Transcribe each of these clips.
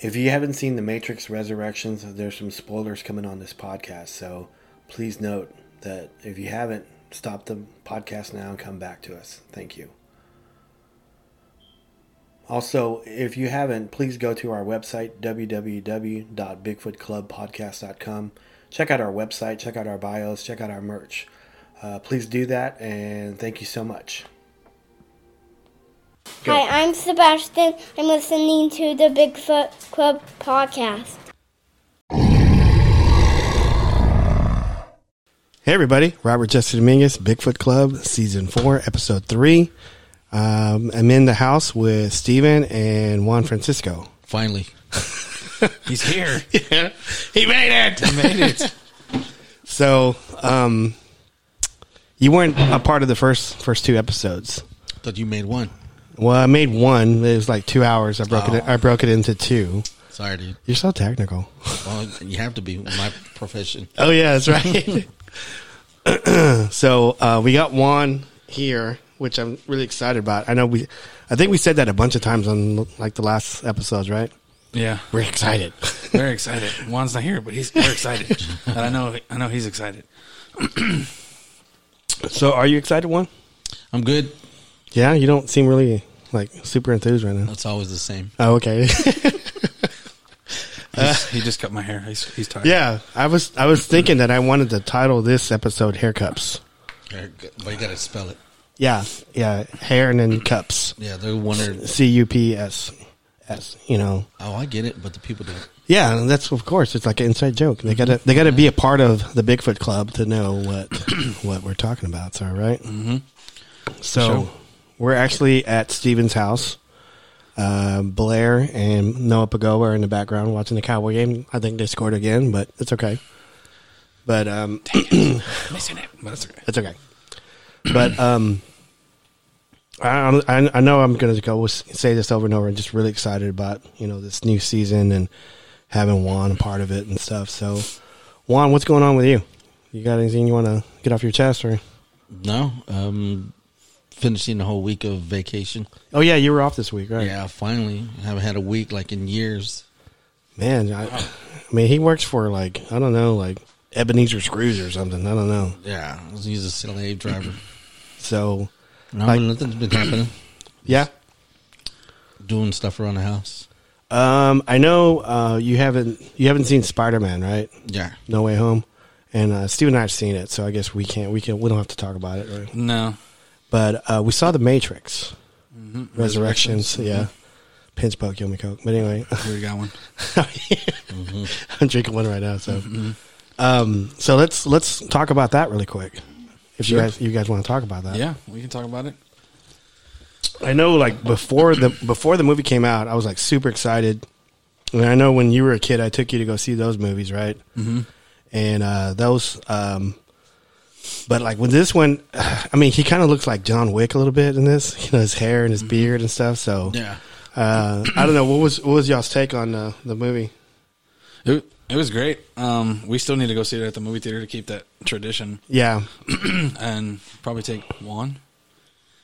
If you haven't seen The Matrix Resurrections, there's some spoilers coming on this podcast. So please note that if you haven't, stop the podcast now and come back to us. Thank you. Also, if you haven't, please go to our website, www.bigfootclubpodcast.com. Check out our website, check out our bios, check out our merch. Uh, please do that, and thank you so much. Go. Hi, I'm Sebastian. I'm listening to the Bigfoot Club podcast. Hey everybody, Robert Jesse Dominguez, Bigfoot Club, Season 4, Episode 3. Um, I'm in the house with Steven and Juan Francisco. Finally. He's here. Yeah, he made it! He made it. So, um, you weren't a part of the first first two episodes. Thought you made one. Well, I made one. It was like two hours. I broke it. Oh. I broke it into two. Sorry, dude. You're so technical. Well, you have to be in my profession. Oh yeah, that's right. so uh, we got Juan here, which I'm really excited about. I know we, I think we said that a bunch of times on like the last episodes, right? Yeah, We're excited. very excited. Juan's not here, but he's we're excited. and I know, I know he's excited. so are you excited, Juan? I'm good. Yeah, you don't seem really like super enthused right now. That's always the same. Oh, okay. He's- he just cut my hair. He's, he's tired. yeah, I was I was thinking that I wanted to title this episode "Haircups." But you got to spell it. Yeah, yeah, hair and then cups. Yeah, they're wondering. C U P S S. You know. Oh, I get it, but the people don't. Yeah, and that's of course. It's like an inside joke. They gotta they gotta be a part of the Bigfoot Club to know what what we're talking about. So right. Mm-hmm. So Sure. we're actually at Steven's house. Uh, Blair and Noah Pagoa are in the background watching the Cowboy game. I think they scored again, but it's okay. But um, Missing it, but it's okay. That's okay. But um, I, I I know I'm going to go s- say this over and over. I'm just really excited about you know this new season and having Juan a part of it and stuff. So, Juan, what's going on with you? You got anything you want to get off your chest or? No. Um, finishing the whole week of vacation. Oh yeah, you were off this week, right? Yeah, finally. I haven't had a week like in years. Man, I, I mean, he works for like I don't know, like Ebenezer Screws or something. I don't know. Yeah, I was using a slave driver. So, No, Like- nothing's been happening. yeah. Doing stuff around the house. Um, I know uh, you haven't you haven't seen Spider Man, right? Yeah. No Way Home, and uh, Steve and I have seen it, so I guess we can't we can we don't have to talk about it. Right? No, But uh, we saw the Matrix Mm-hmm. Resurrections, yeah. Pinch poke, yummy coke. But anyway, we got one. I'm drinking one right now. So, Mm-hmm. um, so let's let's talk about that really quick. If you Sure. guys you guys want to talk about that, Yeah, we can talk about it. I know like before the before the movie came out, I was like super excited. And I know when you were a kid, I took you to go see those movies, right? Mm-hmm. And uh, those, um, but like with this one, I mean, he kind of looks like John Wick a little bit in this, you know, his hair and his Mm-hmm. beard and stuff. So Yeah. uh, I don't know what was what was y'all's take on uh, the movie? It, it was great. Um, we still need to go see it at the movie theater to keep that tradition, Yeah, and probably take Juan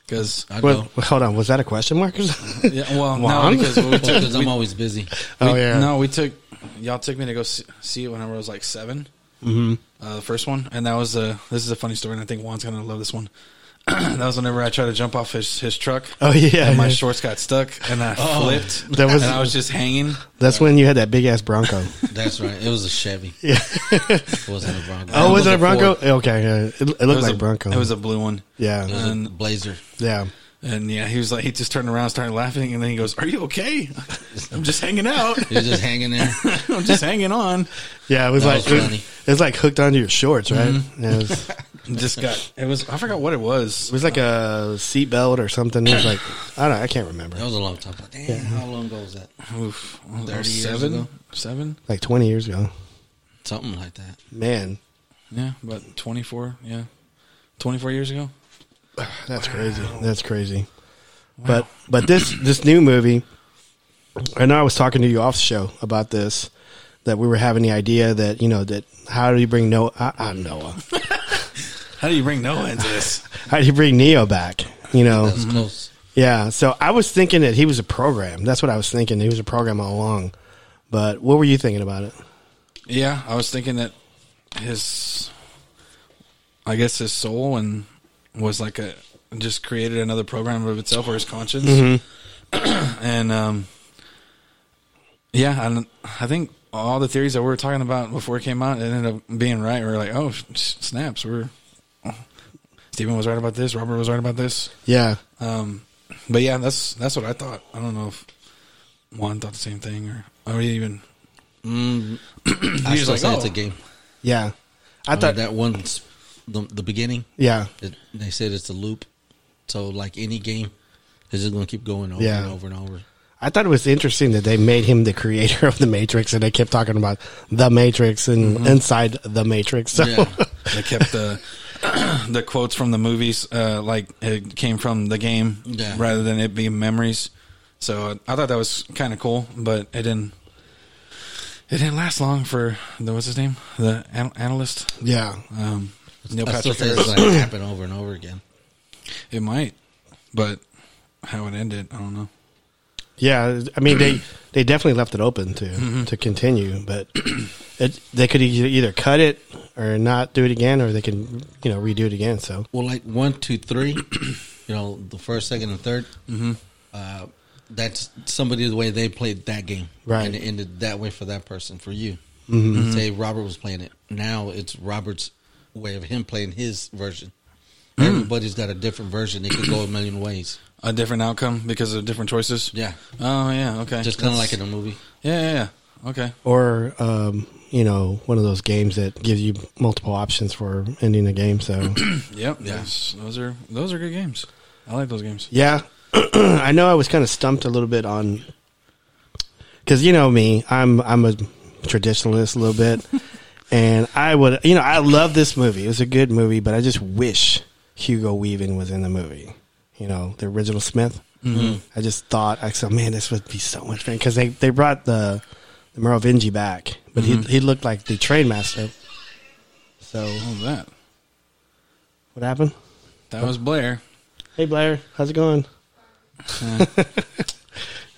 because I well, go. hold on, was that a question mark? Or something? yeah, well, Juan? no, because we took, Because I'm always busy. oh We- yeah, No, we took y'all took me to go see, see it whenever I was like 7 Mm-hmm. Uh, the first one, and that was a. This is a funny story, and I think Juan's gonna love this one. that was whenever I tried to jump off his his truck. Oh, yeah, and my yeah. shorts got stuck, and I flipped. That was- and I was just hanging. that's when you had that big ass Bronco. That's right. It was a Chevy. yeah. It wasn't a Bronco. oh, was it a Bronco? Ford. Okay, yeah. it, it looked was like a, Bronco. It was a Uh-huh. blue one. yeah, It was a And- Blazer. yeah. And yeah, he was like, he just turned around, started laughing, and then he goes, "Are you okay? I'm just hanging out. He was just hanging there. I'm just hanging on." Yeah, it was That like was it- funny. Mm-hmm. it was like hooked onto your shorts, right? Yeah, it, was, it Just got it was. I forgot what it was. was like a seatbelt or something. It was like I don't, I can't remember. That was a long time. ago. Damn, how long ago was that? Oof, 30 years seven, ago? seven. Like twenty years ago, Something like that. man, Yeah, about 24. Yeah. 24 years ago? that's crazy. That's crazy. But but this this new movie, I know I was talking to you off the show about this that we were having the idea that you know that how do you bring Noah? I, I, Noah, How do you bring Noah into this? how do you bring Neo back? You know, That was close. Yeah, so I was thinking that he was a program. That's what I was thinking. He was a program all along. But what were you thinking about it? Yeah, I was thinking that his, I guess his soul and was like a just created another program of itself or his conscience, and um, yeah, I don't- I think all the theories that we were talking about before it came out ended up being right. We are like, oh s- snaps, we're Stephen was right about this, Robert was right about this, Yeah, um, but yeah, that's that's what I thought. I don't know if Juan thought the same thing or or he even. I was still like, say it's oh. a game. yeah. I I thought thought Oh, that one's the, the beginning. Yeah, It, they said it's a loop, so like any game, it's just gonna keep going over Yeah. and over and over. I thought it was interesting that they made him the creator of the Matrix, and they kept talking about the Matrix and inside the Matrix. So, Yeah. They kept the the quotes from the movies, uh, like it came from the game, Yeah. rather than it being memories. So I thought that was kind of cool, but it didn't. It didn't last long for the what's his name, the an- analyst. yeah, Um, Neil I still Patrick say it's Harris. gonna happen over and over again. It might, but how it ended, I don't know. yeah. I mean, they they definitely left it open to to continue, but it they could e- either cut it or not do it again, or they can you know redo it again. So, Well, like one, two, three, you know, the first, second, and 3rd Mm-hmm. Uh, that's somebody the way they played that game, Right. And it ended that way for that person, for you. Say Robert was playing it. Now it's Robert's way of him playing his version. Everybody's got a different version. It could go a million ways. A different outcome because of different choices. Yeah, Oh yeah. Okay. just kind of like That's- in a movie. Yeah. Yeah. yeah. Okay. or um, you know, one of those games that gives you multiple options for ending the game. So, Yep. Yes. Those are those are good games. I like those games. Yeah, I know. I was kind of stumped a little bit on because you know me, I'm I'm a traditionalist a little bit, and I would you know I love this movie. It was a good movie, but I just wish Hugo Weaving was in the movie. You know, the original Smith. I just thought I said, man, this would be so much fun because they they brought the the Merovingi back, but he he looked like the train master. So What was that? what happened? That was Blair. Hey Blair, how's it going? Uh,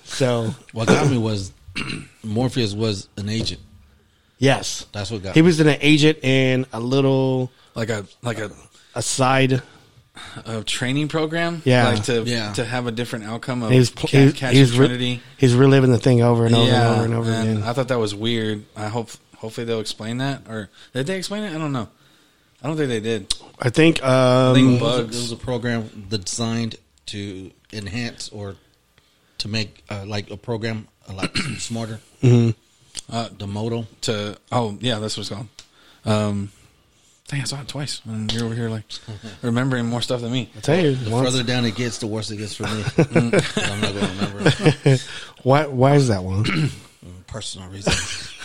So What got me was Morpheus was an agent. yes, That's what got He me. was an agent in a little like a like a, aside. a training program. Yeah. Like to Yeah. to have a different outcome of He was ca- he, was- catching he was re- Trinity. he was reliving the thing over and over and yeah. over and over again. I thought that was weird. I hope hopefully they'll explain that. Or did they explain it? I don't know. I don't think they did. I think um, think- It was, a, it Bugs. was a program designed to enhance or to make uh, like a program a lot smarter. Uh, the modal. To oh yeah, that's what it's called. Um, dang, I saw it twice, and you're over here like remembering more stuff than me. I tell you, The once- further down it gets, the worse it gets for me. 'Cause I'm not going to remember why why is that one? personal reasons.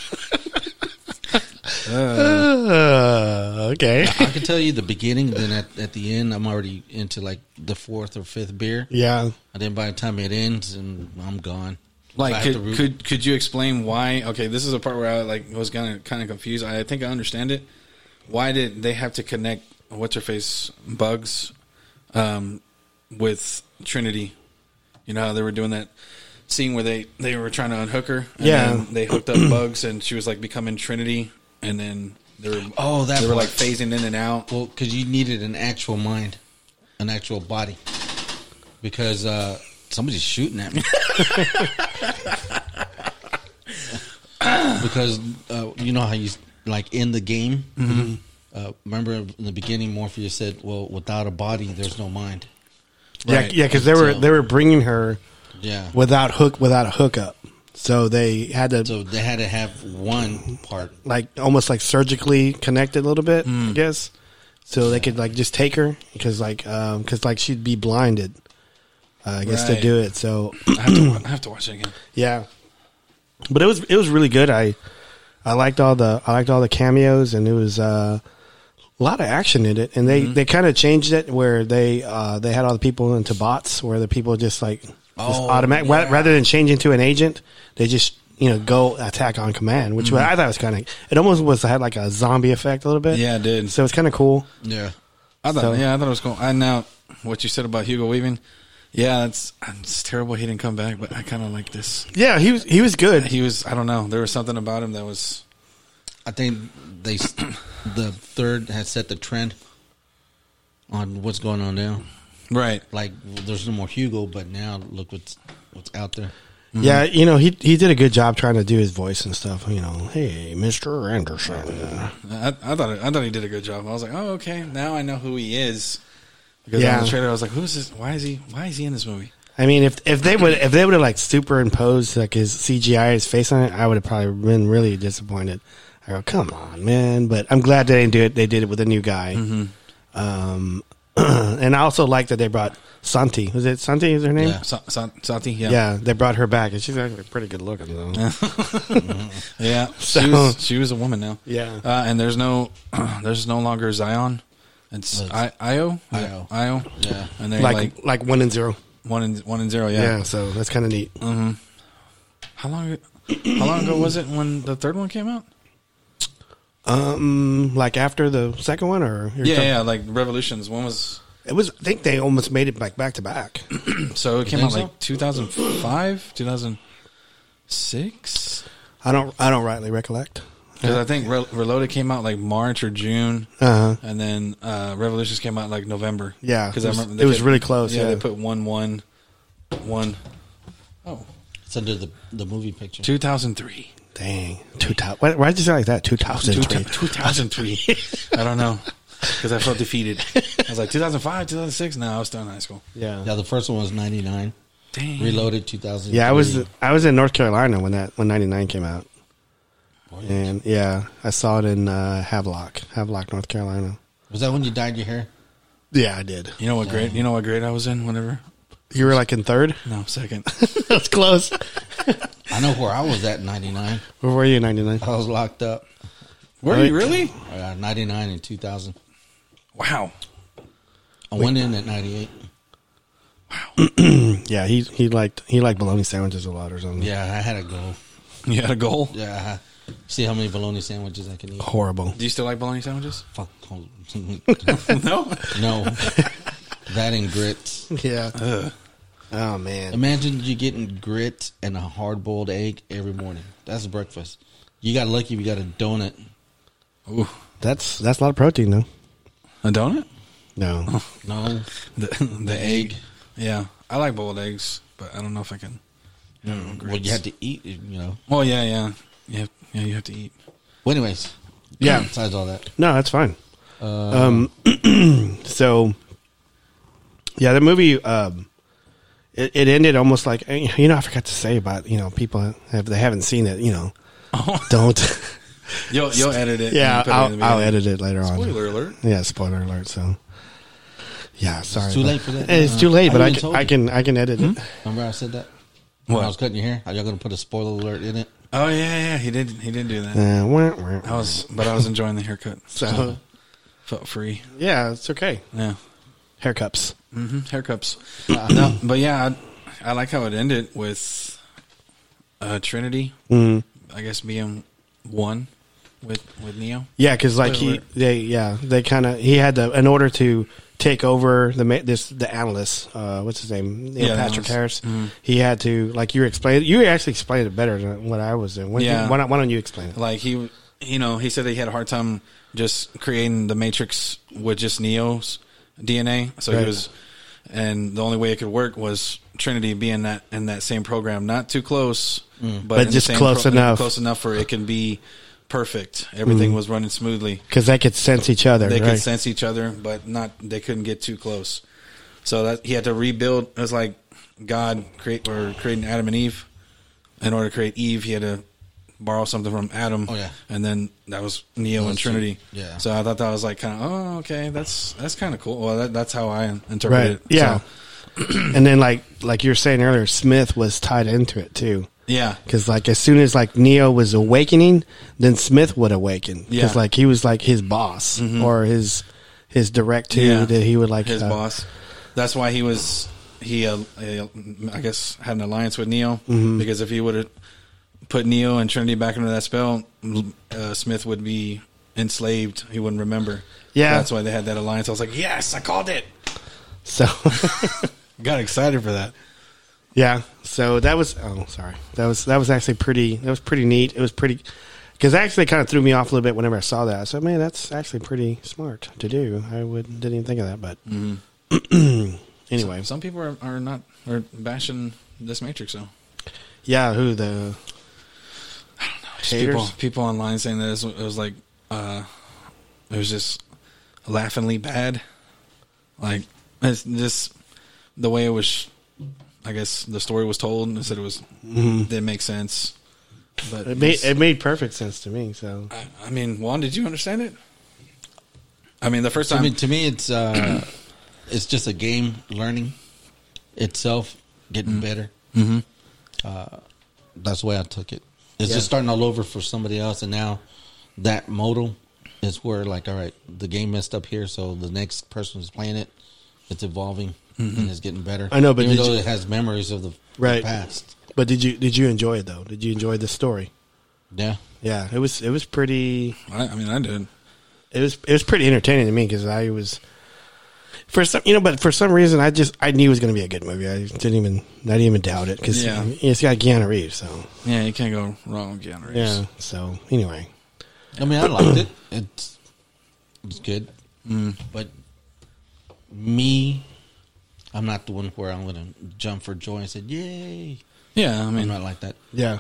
Uh, okay, I can tell you the beginning, then at, at the end, I'm already into like the fourth or fifth beer. yeah, And then by the time it ends, and I'm gone. So I Like, have to could, root- could could you explain why? Okay, this is a part where I like was kind of kind of confused. I think I understand it. Why did they have to connect what's her face bugs um, with Trinity? You know how they were doing that scene where they they were trying to unhook her. And Yeah. then they hooked up bugs, and she was like becoming Trinity, and then they were Oh, that they were part. like phasing in and out. Well, because you needed an actual mind, an actual body, because uh, somebody's shooting at me. because uh, you know how you like in the game. Uh, remember in the beginning, Morpheus said, "Well, without a body, there's no mind." yeah, Right. yeah. Because they were So- they were bringing her Yeah. without hook without a hookup, so they had to so they had to have one part. like almost like surgically connected a little bit, I guess. So they could like just take her because like um 'cause like she'd be blinded, uh, I guess to Right. do it. So I have to wa- I have to watch it again. Yeah, but it was it was really good. I I liked all the I liked all the cameos, and it was uh, a lot of action in it. And they they kind of changed it where they uh, they had all the people into bots, where the people just like just Oh, automatic wa- rather than changing to an agent, they just you know go attack on command, which I thought was kind of it almost was had like a zombie effect a little bit. Yeah, it did. So it's kind of cool. Yeah. I thought, So- yeah, I thought it was cool. I now what you said about Hugo Weaving, Yeah, that's it's terrible. He didn't come back, but I kind of like this. Yeah, he was he was good. He was. I don't know. There was something about him that was. I think they s- the third has set the trend on what's going on now. Right. Like there's no more Hugo, but now look what's what's out there. Yeah, you know, he he did a good job trying to do his voice and stuff. You know, hey, Mister Anderson. I, I thought I thought he did a good job. I was like, oh okay, now I know who he is. Because Yeah. on the trailer, I was like, who's this? Why is he? Why is he in this movie? I mean, if if they would if they would have like superimposed like his CGI his face on it, I would have probably been really disappointed. I go, come on, man! But I'm glad they didn't do it. They did it with a new guy. Um, and I also like that they brought Santi. Was it Santi? Is her name? Yeah. Yeah, Sa- Sa- Santi. Yeah. they brought her back, and she's actually pretty good looking though. Yeah, So- she was she was a woman now. Yeah. uh, and there's no there's no longer Zion. It's I Io Io. Io. Yeah. and they're like, like, like one and zero. one and one and zero. Yeah, Yeah. so that's kind of neat. How long how long ago was it when the third one came out? Um, like after the second one, or you're Yeah, talking- yeah, like Revolutions. One was it was. I think they almost made it like back to back. so it came out think so? like 2005, 2006. I don't. I don't rightly recollect. Because I think Re- Reloaded came out like March or June, Uh huh. and then uh, Revolutions came out like November. Yeah, because it I was- remember they it was really close, Yeah, yeah. they put one one one. Oh. It's under the the movie picture. 2003. Dang, two thousand. Why, why did you say it like that? Two thousand. 2003. I don't know. Because I felt defeated. I was like, 2005, 2006? No, I was still in high school. Yeah, Yeah, the first one was ninety nine. Dang. Reloaded two thousand. yeah. I was I was in North Carolina when that when ninety nine came out, and yeah, I saw it in uh, Havelock, Havelock, North Carolina. Was that when you dyed your hair? Yeah, I did. You know what grade? You know what grade I was in? Whenever? You were like in third. No, second. That's close. I know where I was at ninety nine. Where were you in ninety nine? I was locked up. Were Right. you really? Uh, ninety nine and two thousand. Wow. I went in at ninety eight. Yeah, he he liked he liked bologna sandwiches a lot or something. Yeah, I had a goal. You had a goal? Yeah. See how many bologna sandwiches I Oh, can eat. horrible. Do you still like bologna sandwiches? Fuck. hold- no. no. That and grits. Yeah. Oh man. Imagine you getting grits and a hard boiled egg every morning. That's breakfast. You got lucky if you got a donut. Ooh. That's that's a lot of protein though. A donut? No. No. The, the egg. Yeah. I like boiled eggs, but I don't know if I can. Well, you had to eat, you know. Oh, yeah, yeah. You have, yeah, you have to eat. Well, anyways. Yeah. Besides all that. uh, No, that's fine. um, so, yeah, the movie um, it, it ended almost like eh, you know I forgot to say about you know people if they haven't seen it you know Oh. don't You'll, you'll edit it. and yeah put it in I'll, the I'll beginning. edit it later on Spoiler alert. yeah spoiler alert so yeah sorry too about- late for that. Uh, it's too late I but I even can, told I you. can I can edit it Remember I said that? When I was What? cutting your hair? Are y'all going to put a spoiler alert in it? Oh, yeah, yeah. He did, he did do Hmm? that. uh, wah, wah. I was, but I was enjoying the haircut. so Felt free. yeah it's okay Yeah, haircuts hmm haircuts. no, but yeah, I, I like how it ended with uh, Trinity. Mm-hmm. I guess being one with with Neo. Yeah, because like he, Spoiler. they, yeah, they kind of he had to in order to take over the ma- this the analyst. Uh, what's his name? Neil Yeah, the Patrick analyst. Mm-hmm. Harris. He had to like you explained. You actually explained it better than what I was doing. When, Yeah. Why, not, why don't you explain it? Like he, you know, he said that he had a hard time just creating the Matrix with just Neo's DNA. So Right. he was, and the only way it could work was Trinity being that in that same program, not too close, Mm. But in the just same close enough. Mm-hmm. close enough for it can be perfect. Everything was running smoothly. Because they could sense each other. they right? could sense each other, but not they couldn't get too close. So that he had to rebuild. It was like God create or creating Adam and Eve. In order to create Eve, he had to borrow something from Adam. Oh, yeah. and then that was Neo and That's true. Trinity. Yeah. So I thought that was like kind of oh okay that's that's kind of cool. Well, that, that's how I interpreted Right. it. Yeah. So, and then like like you were saying earlier, Smith was tied into it too. yeah. Because like as soon as like Neo was awakening, then Smith would awaken. Yeah. Mm-hmm. Because like he was like his boss or his his direct to Yeah. that he would like his uh, boss. That's why he was he uh, uh, I guess had an alliance with Neo because if he would have put Neo and Trinity back into that spell, uh, Smith would be enslaved. He wouldn't remember. Yeah. that's why they had that alliance. I was like, yes, I called it. So got excited for that. Yeah. So that was oh sorry that was that was actually pretty that was pretty neat. It was pretty because actually kind of threw me off a little bit whenever I saw that. I said, man, that's actually pretty smart to do. I would didn't even think of that, but anyway, Some people are, are not are bashing this Matrix though. yeah. Who the Just people, Haters? people online saying that it was, it was like uh, it was just laughingly bad, like it's just the way it was. I guess the story was told and they said it was didn't make sense. But it made it's- it made perfect sense to me. So I, I mean, Juan, did you understand it? I mean, the first time I mean, to me, it's uh, it's just a game learning itself, getting better. Mm-hmm. Uh, that's the way I took it. It's Yeah. just starting all over for somebody else, and now that modal is where, like, all right, the game messed up here, so the next person who's playing it, it's evolving and it's getting better. Mm-hmm. I know, but even did though you- it has memories of the the Right. past, but did you did you enjoy it though? Did you enjoy the story? yeah, Yeah, it was it was pretty I, I mean, I did. it was it was pretty entertaining to me because I was for some you know, but for some reason I just I knew it was going to be a good movie. I didn't even I didn't even doubt it because Yeah. it's got Keanu Reeves. So Yeah, you can't go wrong with Keanu Reeves. yeah, so anyway, I mean, I liked it. It's it's good, Mm. but me, I'm not the one where I'm gonna jump for joy and say, "Yay!" Yeah, I I'm mean, not like that. yeah.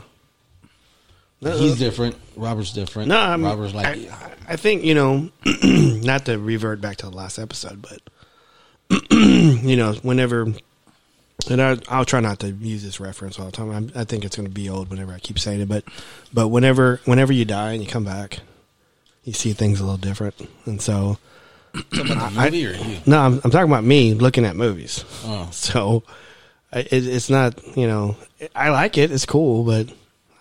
He's different. Robert's different. No, I'm, Robert's like, I, I think you know, not to revert back to the last episode, but you know, whenever, and I, I'll try not to use this reference all the time. I'm, I think it's going to be old whenever I keep saying it, but but whenever whenever you die and you come back, you see things a little different, and so talking about the movie or you? no, I'm, I'm talking about me looking at movies. Oh. So I- it, it's not you know, I like it, it's cool, but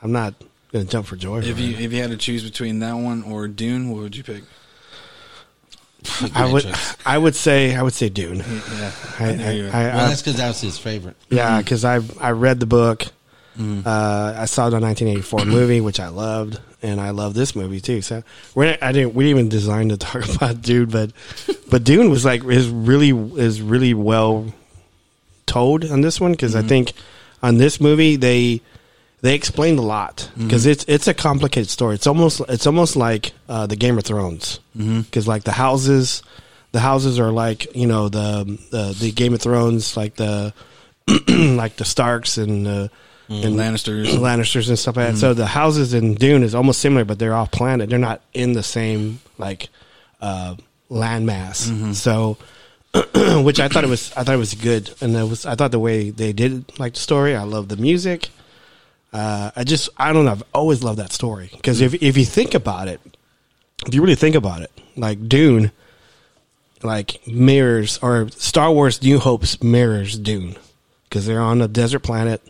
I'm not going to jump for joy. if for you it. if you had to choose between that one or Dune, what would you pick? I would, Well, I would say, I would say Dune. Yeah, I, I, knew you were- I, I, that's because that was his favorite. yeah, because I I read the book. Uh, I saw the 1984 movie, which I loved, and I love this movie too. So we're not, I didn't we didn't even designed to talk about Dune, but but Dune was like is really is really well told on this one because I think on this movie they they explained a lot because it's it's a complicated story. It's almost it's almost like uh, the Game of Thrones because like the houses, the houses are like you know the the, the Game of Thrones like the like the Starks and uh, Mm-hmm. and Lannisters. Lannisters and stuff like that. So the houses in Dune is almost similar, but they're off planet. They're not in the same like uh, landmass. So, which I thought it was, I thought it was good, and it was, I thought the way they did like the story. I love the music. Uh, I just, I don't know. I've always loved that story because if if you think about it, if you really think about it, like Dune, like mirrors or Star Wars New Hope's mirrors Dune because they're on a desert planet.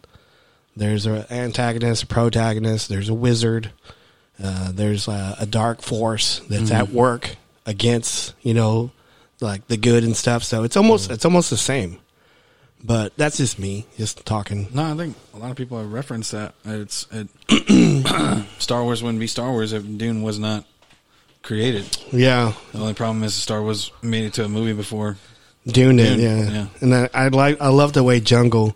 There's an antagonist, a protagonist. There's a wizard. Uh, there's a, a dark force that's at work against you know like the good and stuff. So it's almost it's almost the same. But that's just me, just talking. No, I think a lot of people have referenced that. It's it, Star Wars wouldn't be Star Wars if Dune was not created. Yeah, The only problem is Star Wars made it to a movie before. Dune it, Dune, yeah. yeah. And I, I like I love the way Jungle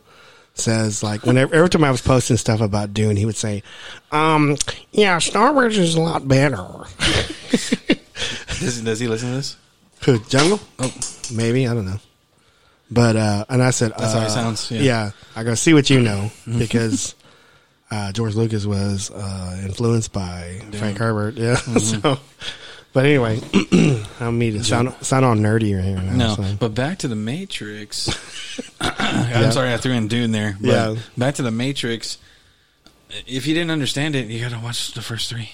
says like whenever every time I was posting stuff about Dune, he would say, um, "Yeah, Star Wars is a lot better." Does, does he listen to this? Who Jungle? Oh, Maybe I don't know. But uh, and I said That's how he uh, sounds, yeah. I go see what you know because uh, George Lucas was uh, influenced by Frank Herbert. Yeah. Mm-hmm. so, but anyway, I'm me to sound sound all nerdy right here. Now, no. so. But back to the Matrix. I'm sorry, I threw in Dune there. But Yeah. Back to the Matrix. If you didn't understand it, you got to watch the first three.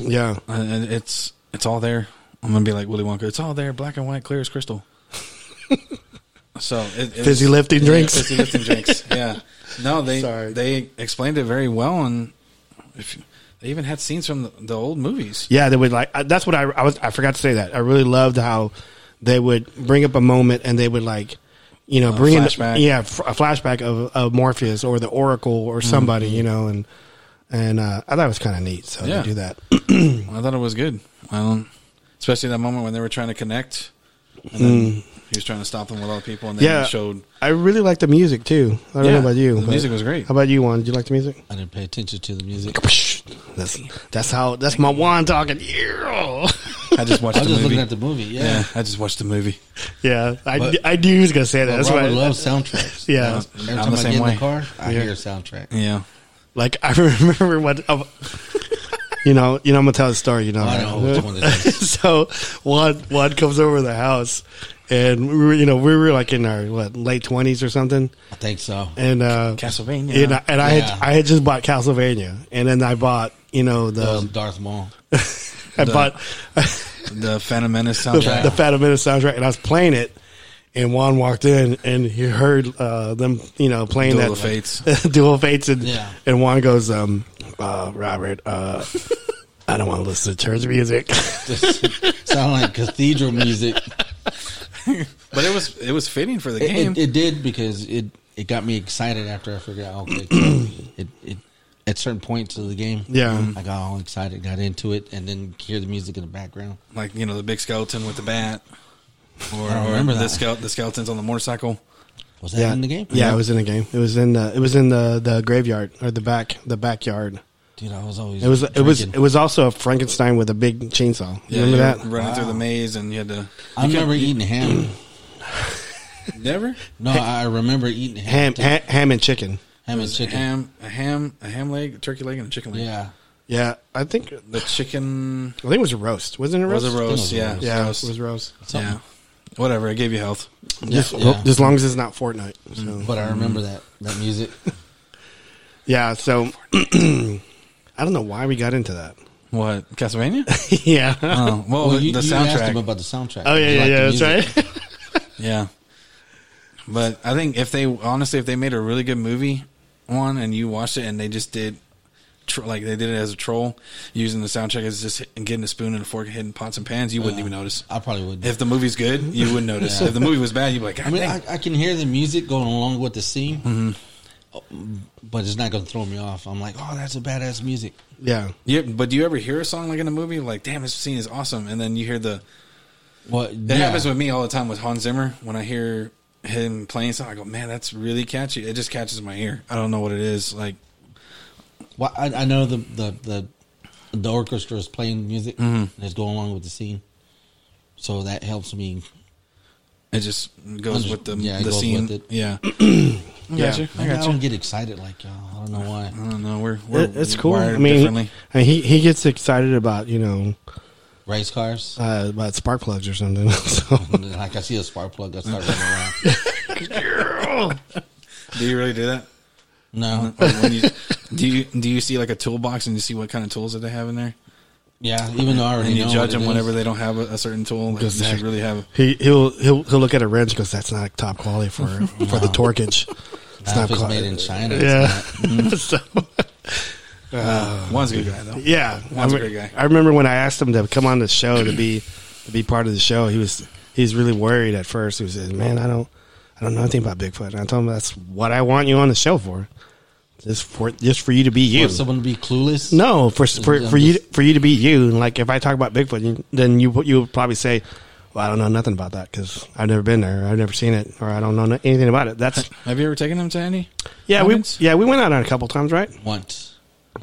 yeah. Uh, and it's it's all there. I'm gonna be like Willy Wonka. It's all there, black and white, clear as crystal. so it, it's- Fizzy lifting drinks. Yeah, fizzy lifting drinks. Yeah. No, they Sorry. they explained it very well, and if, they even had scenes from the, the old movies. Yeah, they would like. I, that's what I, I was. I forgot to say that. I really loved how they would bring up a moment and they would like, you know, bring in the- flashback. yeah, f- a flashback of, of Morpheus or the Oracle or Mm-hmm. somebody, you know, and and uh, I thought it was kind of neat. So Yeah. they do that. I thought it was good. I don't, especially that moment when they were trying to connect, and then He was trying to stop them with all the people, and then Mm. Yeah, he showed. I really like the music too. I don't Yeah, know about you. the but- music was great. How about you, Juan? Did you like the music? I didn't pay attention to the music. That's that's how that's my Juan talking. Yeah, I just watched I was just the movie. looking at the movie. Yeah, yeah, I just watched the movie. yeah. I, But- I knew he was gonna say that. But That's Robert why. loves soundtracks. yeah, Every I'm time the I same get in way. the car, I Yeah. hear a soundtrack. Yeah, like I remember what. of- you know, you know. I'm gonna tell the story. You know. I right? know which one this so Juan Juan comes over to the house, and we were, you know, we were like in our what late twenties or something, I think so. and uh, Castlevania. And I, and I Yeah. had I had just bought Castlevania, and then I bought you know That was the Darth Maul. I the- bought the Phantom Menace the, soundtrack. the Phantom Menace soundtrack, and I was playing it. And Juan walked in, and he heard uh, them, you know, playing Duel that of Fates. Duel of Fates, and Yeah. and Juan goes, um, uh, "Robert, uh, I don't want to listen to church music." Just sound like cathedral music. But it was it was fitting for the game. It, it, it did because it it got me excited after I figured out. Okay, it, it at certain points of the game, Yeah. I got all excited, got into it, and then hear the music in the background. like you know the big skeleton with the bat, or, I don't or remember the that. skeleton the skeletons on the motorcycle. Was that in the game? Yeah, it was in the game. It was in the it was in the, the graveyard or the back the backyard. dude, I was always It was it was it drinking. was also a Frankenstein with a big chainsaw. You remember you that? were running through the maze and you had to I remember eating ham. never No, I remember eating ham, Ham, ham ham and chicken. ham and There's a chicken. ham a ham a ham leg a turkey leg and a chicken leg. Yeah, Yeah, I think I the chicken think it was a roast. Wasn't it a was roast? a roast. was a Yeah, roast. Yeah, roast. it was roast. something. yeah. Whatever, it gave you health. Just, Yeah. Mm-hmm. just as long as it's not Fortnite. So. But I remember that that music. yeah, so I don't know why we got into that. What Castlevania? yeah. oh, well, well, the, you, the you asked him soundtrack. about the soundtrack. oh yeah, You yeah, liked the yeah. music. That's right. Yeah. But I think if they honestly, if they made a really good movie one and you watched it and they just did tr- like they did it as a troll using the soundtrack as just hit- getting a spoon and a fork and hitting pots and pans, you Uh-huh. wouldn't even notice. I probably would. If the movie's good, you wouldn't notice. If the movie was bad, you'd be like, God I mean, dang. Mm-hmm. I, I can hear the music going along with the scene, oh, but it's not going to throw me off. I'm like, oh, that's a badass music. yeah. yeah, but do you ever hear a song like in a movie? Like, damn, this scene is awesome. And then you hear the. What That happens with me all the time with Hans Zimmer. When I hear him playing something, I go, man, that's really catchy. It just catches my ear. I don't know what it is. Like, Well, I, I know the, the the the orchestra is playing music Mm-hmm. that's going along with the scene, so that helps me. It just goes Under- with the yeah, it the goes scene. with it. Yeah. Gotcha. yeah. I, don't get excited like y'all. I don't know why. I don't know. We're, we're It, it's cool. wired I mean, differently. he, I mean, he he gets excited about you know Race cars. uh, about spark plugs or something. so like I see a spark plug, I start running around. Do you really do that? No, Or when you- do you do you see like a toolbox and you see what kind of tools that they have in there, yeah. Even though I already and you know what judge them it whenever is. they don't have a, a certain tool. Like, you should Exactly. really have. he he'll he'll he'll look at a wrench and goes, "That's not top quality for for the torquage. It's Nah, if it's quali- made in China. it's Yeah. not. so, One's a good guy though. yeah, Juan's I a great guy. I remember when I asked him to come on the show to be to be part of the show. He was he's really worried at first. He says, "Man, I don't I don't know anything about Bigfoot." And I told him that's what I want you on the show for, just for just for you to be you. For someone to be clueless. No, for for, I'm for you just- for you to be you. and, Like if I talk about Bigfoot, you, then you you would probably say, "Well, I don't know nothing about that because I've never been there, I've never seen it, or I don't know no- anything about it." That's Have you ever taken them to any? yeah, we Comments? yeah we went out on a couple times, right? Once.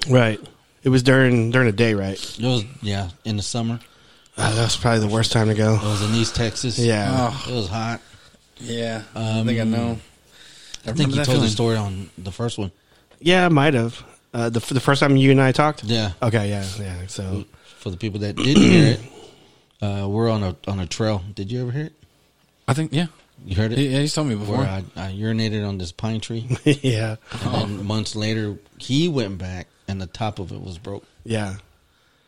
Right. It was during during the day, right? It was yeah in the summer. Uh, that was probably the worst time to go. It was in East Texas. Yeah, Oh, it was hot. yeah. Um, I think I know. I, I remember think you told that feeling. the story on the first one. yeah, I might have uh, the the first time you and I talked. Yeah. Okay. Yeah. Yeah. So For the people that didn't hear it, uh, we're on a on a trail. Did you ever hear it? I think yeah. You heard it? He- Yeah, he's told me Where before. I, I urinated on this pine tree, and yeah, then months later he went back, and the top of it was broke. yeah.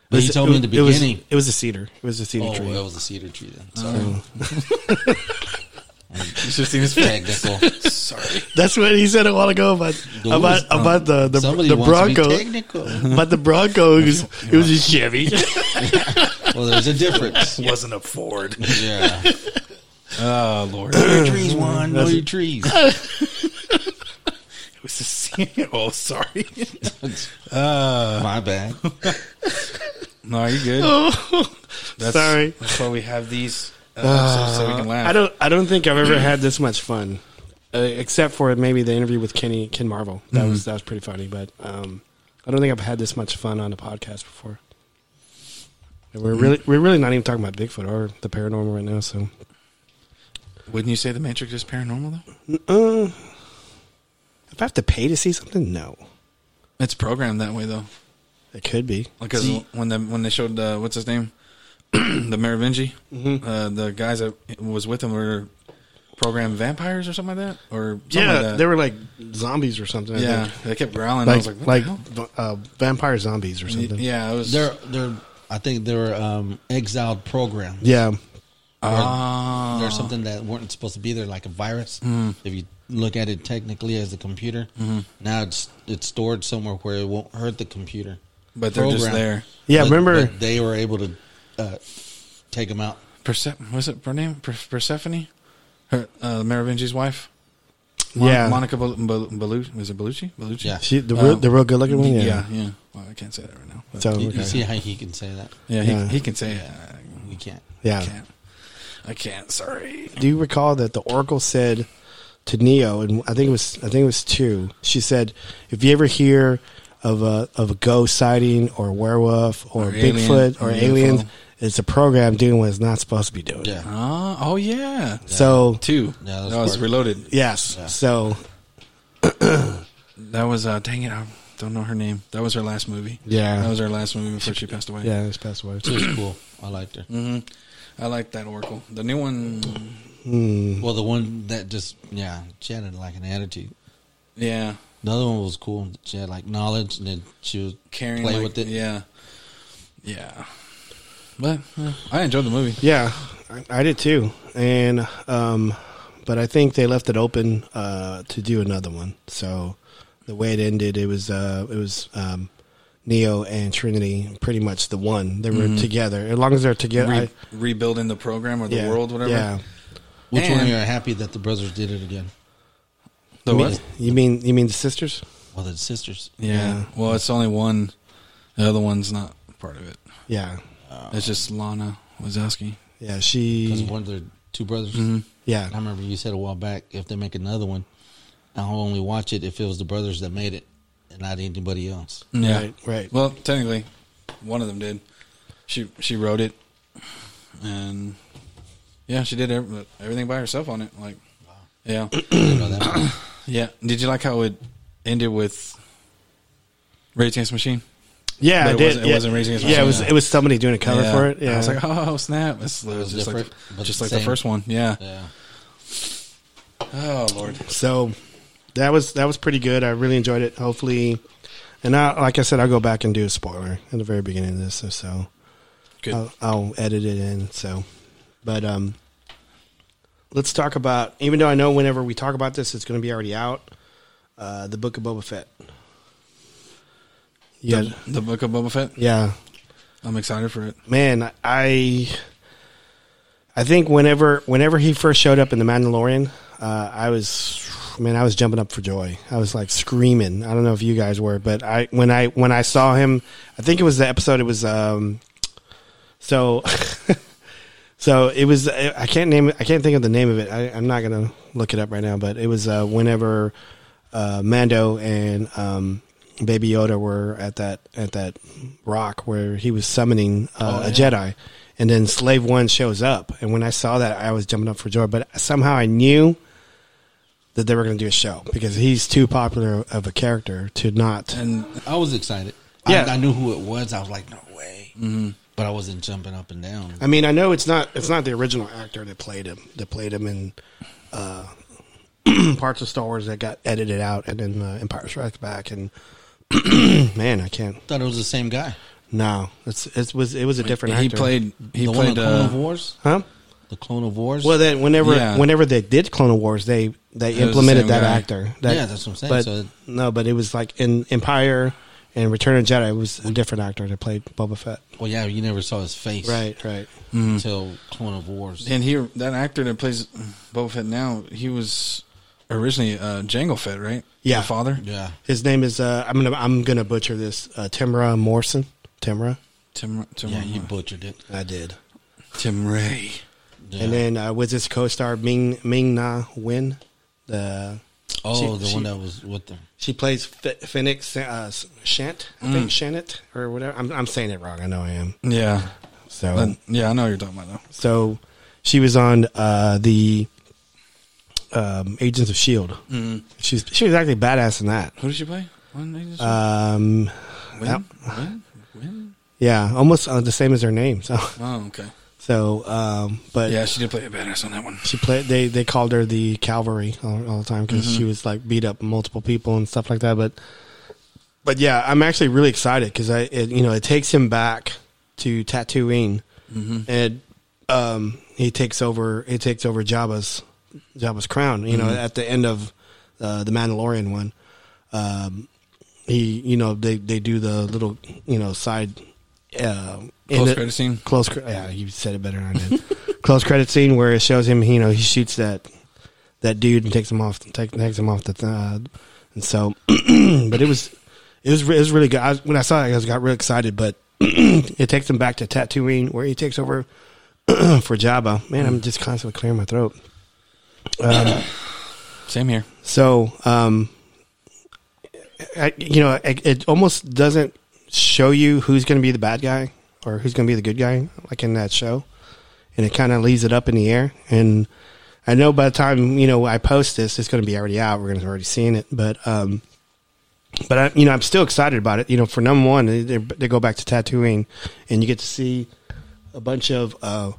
But he It was- told it me in the was- it was- beginning. It was a cedar. It was a cedar Oh, tree. well, it was a cedar tree then. Sorry, You should have seen his face. technical. Sorry. That's what he said a while ago about Dude, about um, about Uh, the the, Somebody the wants to be Broncos. technical. But the Broncos, it was a Chevy. well, there's a difference. Wasn't a Ford. Yeah, Oh lord. Your trees one, no your trees. It was a scene. Oh, sorry. My bad. No, you're good. That's, Sorry. That's why we have these uh, so, so we can laugh. I don't. I don't think I've ever had this much fun, uh, except for maybe the interview with Kenny Ken Marvel. That Mm-hmm. was that was pretty funny. But um, I don't think I've had this much fun on a podcast before. And Mm-hmm. we're really we're really not even talking about Bigfoot or the paranormal right now. So Wouldn't you say the Matrix is paranormal though? uh, if I have to pay to see something, no, It's programmed that way though. it could be. Because See- when the, when they showed uh, what's his name, the Merovingi, uh, the guys that was with him were programmed vampires or something like that, or something yeah, like that. they were like zombies or something. I yeah, think. they kept growling. I was like like, what like, the hell? v- uh, vampire zombies or something. yeah, it was. They're they're I think they're um, exiled program. yeah. Ah. There's something that weren't supposed to be there, like a virus. If you look at it technically as a computer, now it's it's stored somewhere where it won't hurt the computer. But they're just Program. there. Yeah, But- remember- but they were able to uh, take them out. Perse- was it her name? Per- Persephone, her uh, Merovingi's wife. Mon- Yeah. Monica Bel- Bel- Bellucci. Was it Bellucci? Bellucci. Yeah. She, the real, Um, the real good looking one. Yeah, Yeah. yeah. Well, I can't say that right now. But So You, you okay. see how he can say that? yeah, he, Yeah. he can say. Uh, We can't. yeah. I can't. I can't. Sorry. Do you recall that the Oracle said to Neo, and I think it was I think it was two. She said, "If you ever hear of a of a ghost sighting or a werewolf or, Or alien, Bigfoot or or aliens, UFO. it's a program doing what it's not supposed to be doing." Yeah. Uh, oh yeah. So Two. Yeah, that's that was part- reloaded. yes, so That was uh dang it, I don't know her name. That was her last movie. Yeah. That was her last movie before she passed away. yeah, it's passed away. She was cool. I liked her. Mm-hmm. I like that Oracle. The new one Hmm. Well, the one that just yeah, she had like an attitude. Yeah. The other one was cool. She had like knowledge, and then she was Carrying playing like- with it. Yeah. Yeah. But uh, I enjoyed the movie. Yeah, I, I did too, and um, but I think they left it open uh, to do another one. So the way it ended, it was uh, it was um, Neo and Trinity, pretty much the one they were together. As long as they're together, Mm-hmm. Re- I- rebuilding the program or the yeah, world, whatever. Yeah, Which one And- are you happy that the brothers did it again? The You mean- what? you mean you mean the sisters? Well, the sisters. Yeah. Yeah. Well, it's only one. The other one's not part of it. Yeah, Oh. It's just Lana Wazowski. yeah, Because she, one of their two brothers. yeah, I remember you said a while back if they make another one, I'll only watch it if it was the brothers that made it and not anybody else. Yeah. Right, right. Well, technically, one of them did. She she wrote it, and yeah, she did ev- everything by herself on it. Like, yeah, You know that? yeah. Did you like how it ended with Ray Against the Machine? yeah. But I it did. wasn't- it yeah. wasn't Raising His Yeah, it Hand. was it was somebody doing a cover Yeah. for it. Yeah, I was like, oh snap! It's, it was was just like different, but just the like the same. first one. Yeah. Yeah. Oh lord. so that was that was pretty good. I really enjoyed it. Hopefully, and I, like I said, I'll go back and do a spoiler in the very beginning of this, so, so Good. I'll, I'll edit it in. So, but um, let's talk about. Even though I know whenever we talk about this, it's going to be already out. Uh, the book of Boba Fett. Yeah, The, the book of Boba Fett. yeah, I'm excited for it. man. I I think whenever whenever he first showed up in the Mandalorian, uh, I was man, I was jumping up for joy. I was like screaming. I don't know if you guys were, but I when I when I saw him, I think it was the episode. It was um, so so it was. I can't name. it- I can't think of the name of it. I, I'm not gonna look it up right now. But it was uh, whenever uh, Mando and um, Baby Yoda were at that at that rock where he was summoning uh, Oh, a yeah. Jedi, and then Slave One shows up. And when I saw that, I was jumping up for joy. But somehow I knew that they were gonna do a show because he's too popular of a character to not. And I was excited. Yeah. I, I knew who it was. I was like, no way. Mm-hmm. But I wasn't jumping up and down. I mean, I know it's not it's not the original actor that played him that played him in uh, parts of Star Wars that got edited out, and then uh, Empire Strikes Back. And man, I can't. thought it was the same guy. No, it's it was it was a different. he actor. played. He the one on played. Clone of Uh, Wars? huh? The Clone of Wars? Well, then whenever Yeah. whenever they did Clone of Wars, they they the implemented same that guy. actor. That- Yeah, that's what I'm saying. But So- no, but it was like in Empire and Return of the Jedi it was a different actor that played Boba Fett. well, yeah, you never saw his face Right, right. until Clone of Wars. and here that actor that plays Boba Fett now, he was originally uh, Jango Fett, right? Yeah. the father. Yeah. His name is uh, I'm gonna I'm gonna butcher this uh, Timra Morrison. Timra, Tim. Tim Mm-hmm. Yeah, you butchered it. I did. Tim Ray. Yeah. And then uh, was his co-star Ming Ming Na Wen. The Oh, She- the she- one that was with them. she plays F- Phoenix uh, Shant, I think Shanit or whatever. I'm I'm saying it wrong. I know I am. Yeah. So But, yeah, I know what you're talking about though. So she was on uh, the um, Agents of Shield. Mm. She's she was actually badass in that. Who did she play? When? Um, when? when? When? yeah, almost uh, the same as her name. So Oh, okay. so, um, but Yeah, she did play a badass on that one. she played. They they called her the Calvary all, all the time because she was like beat up multiple people and stuff like that. But but yeah, I'm actually really excited because I it, you know it takes him back to Tatooine and um, he takes over he takes over Jabba's Jabba's crown. You know at the end of uh, the Mandalorian one, um, he you know they they do the little you know side. Uh, Close edit- credit scene. close cre- yeah you said it better than i did close credit scene where it shows him you know he shoots that that dude and takes him off take, takes him off the th- uh, and so but it was it was re- it was really good I, was- when i saw it i was, got real excited but it takes him back to Tatooine where he takes over for Jabba man I'm just constantly clearing my throat Same here. so, um, I, you know, it, it almost doesn't show you who's going to be the bad guy or who's going to be the good guy, like in that show, and it kind of leaves it up in the air. And I know by the time you know I post this, it's going to be already out. We're going to already seeing it, but um, but I, you know, I'm still excited about it. You know, for number one, they, they- they go back to tattooing, and you get to see a bunch of. Uh,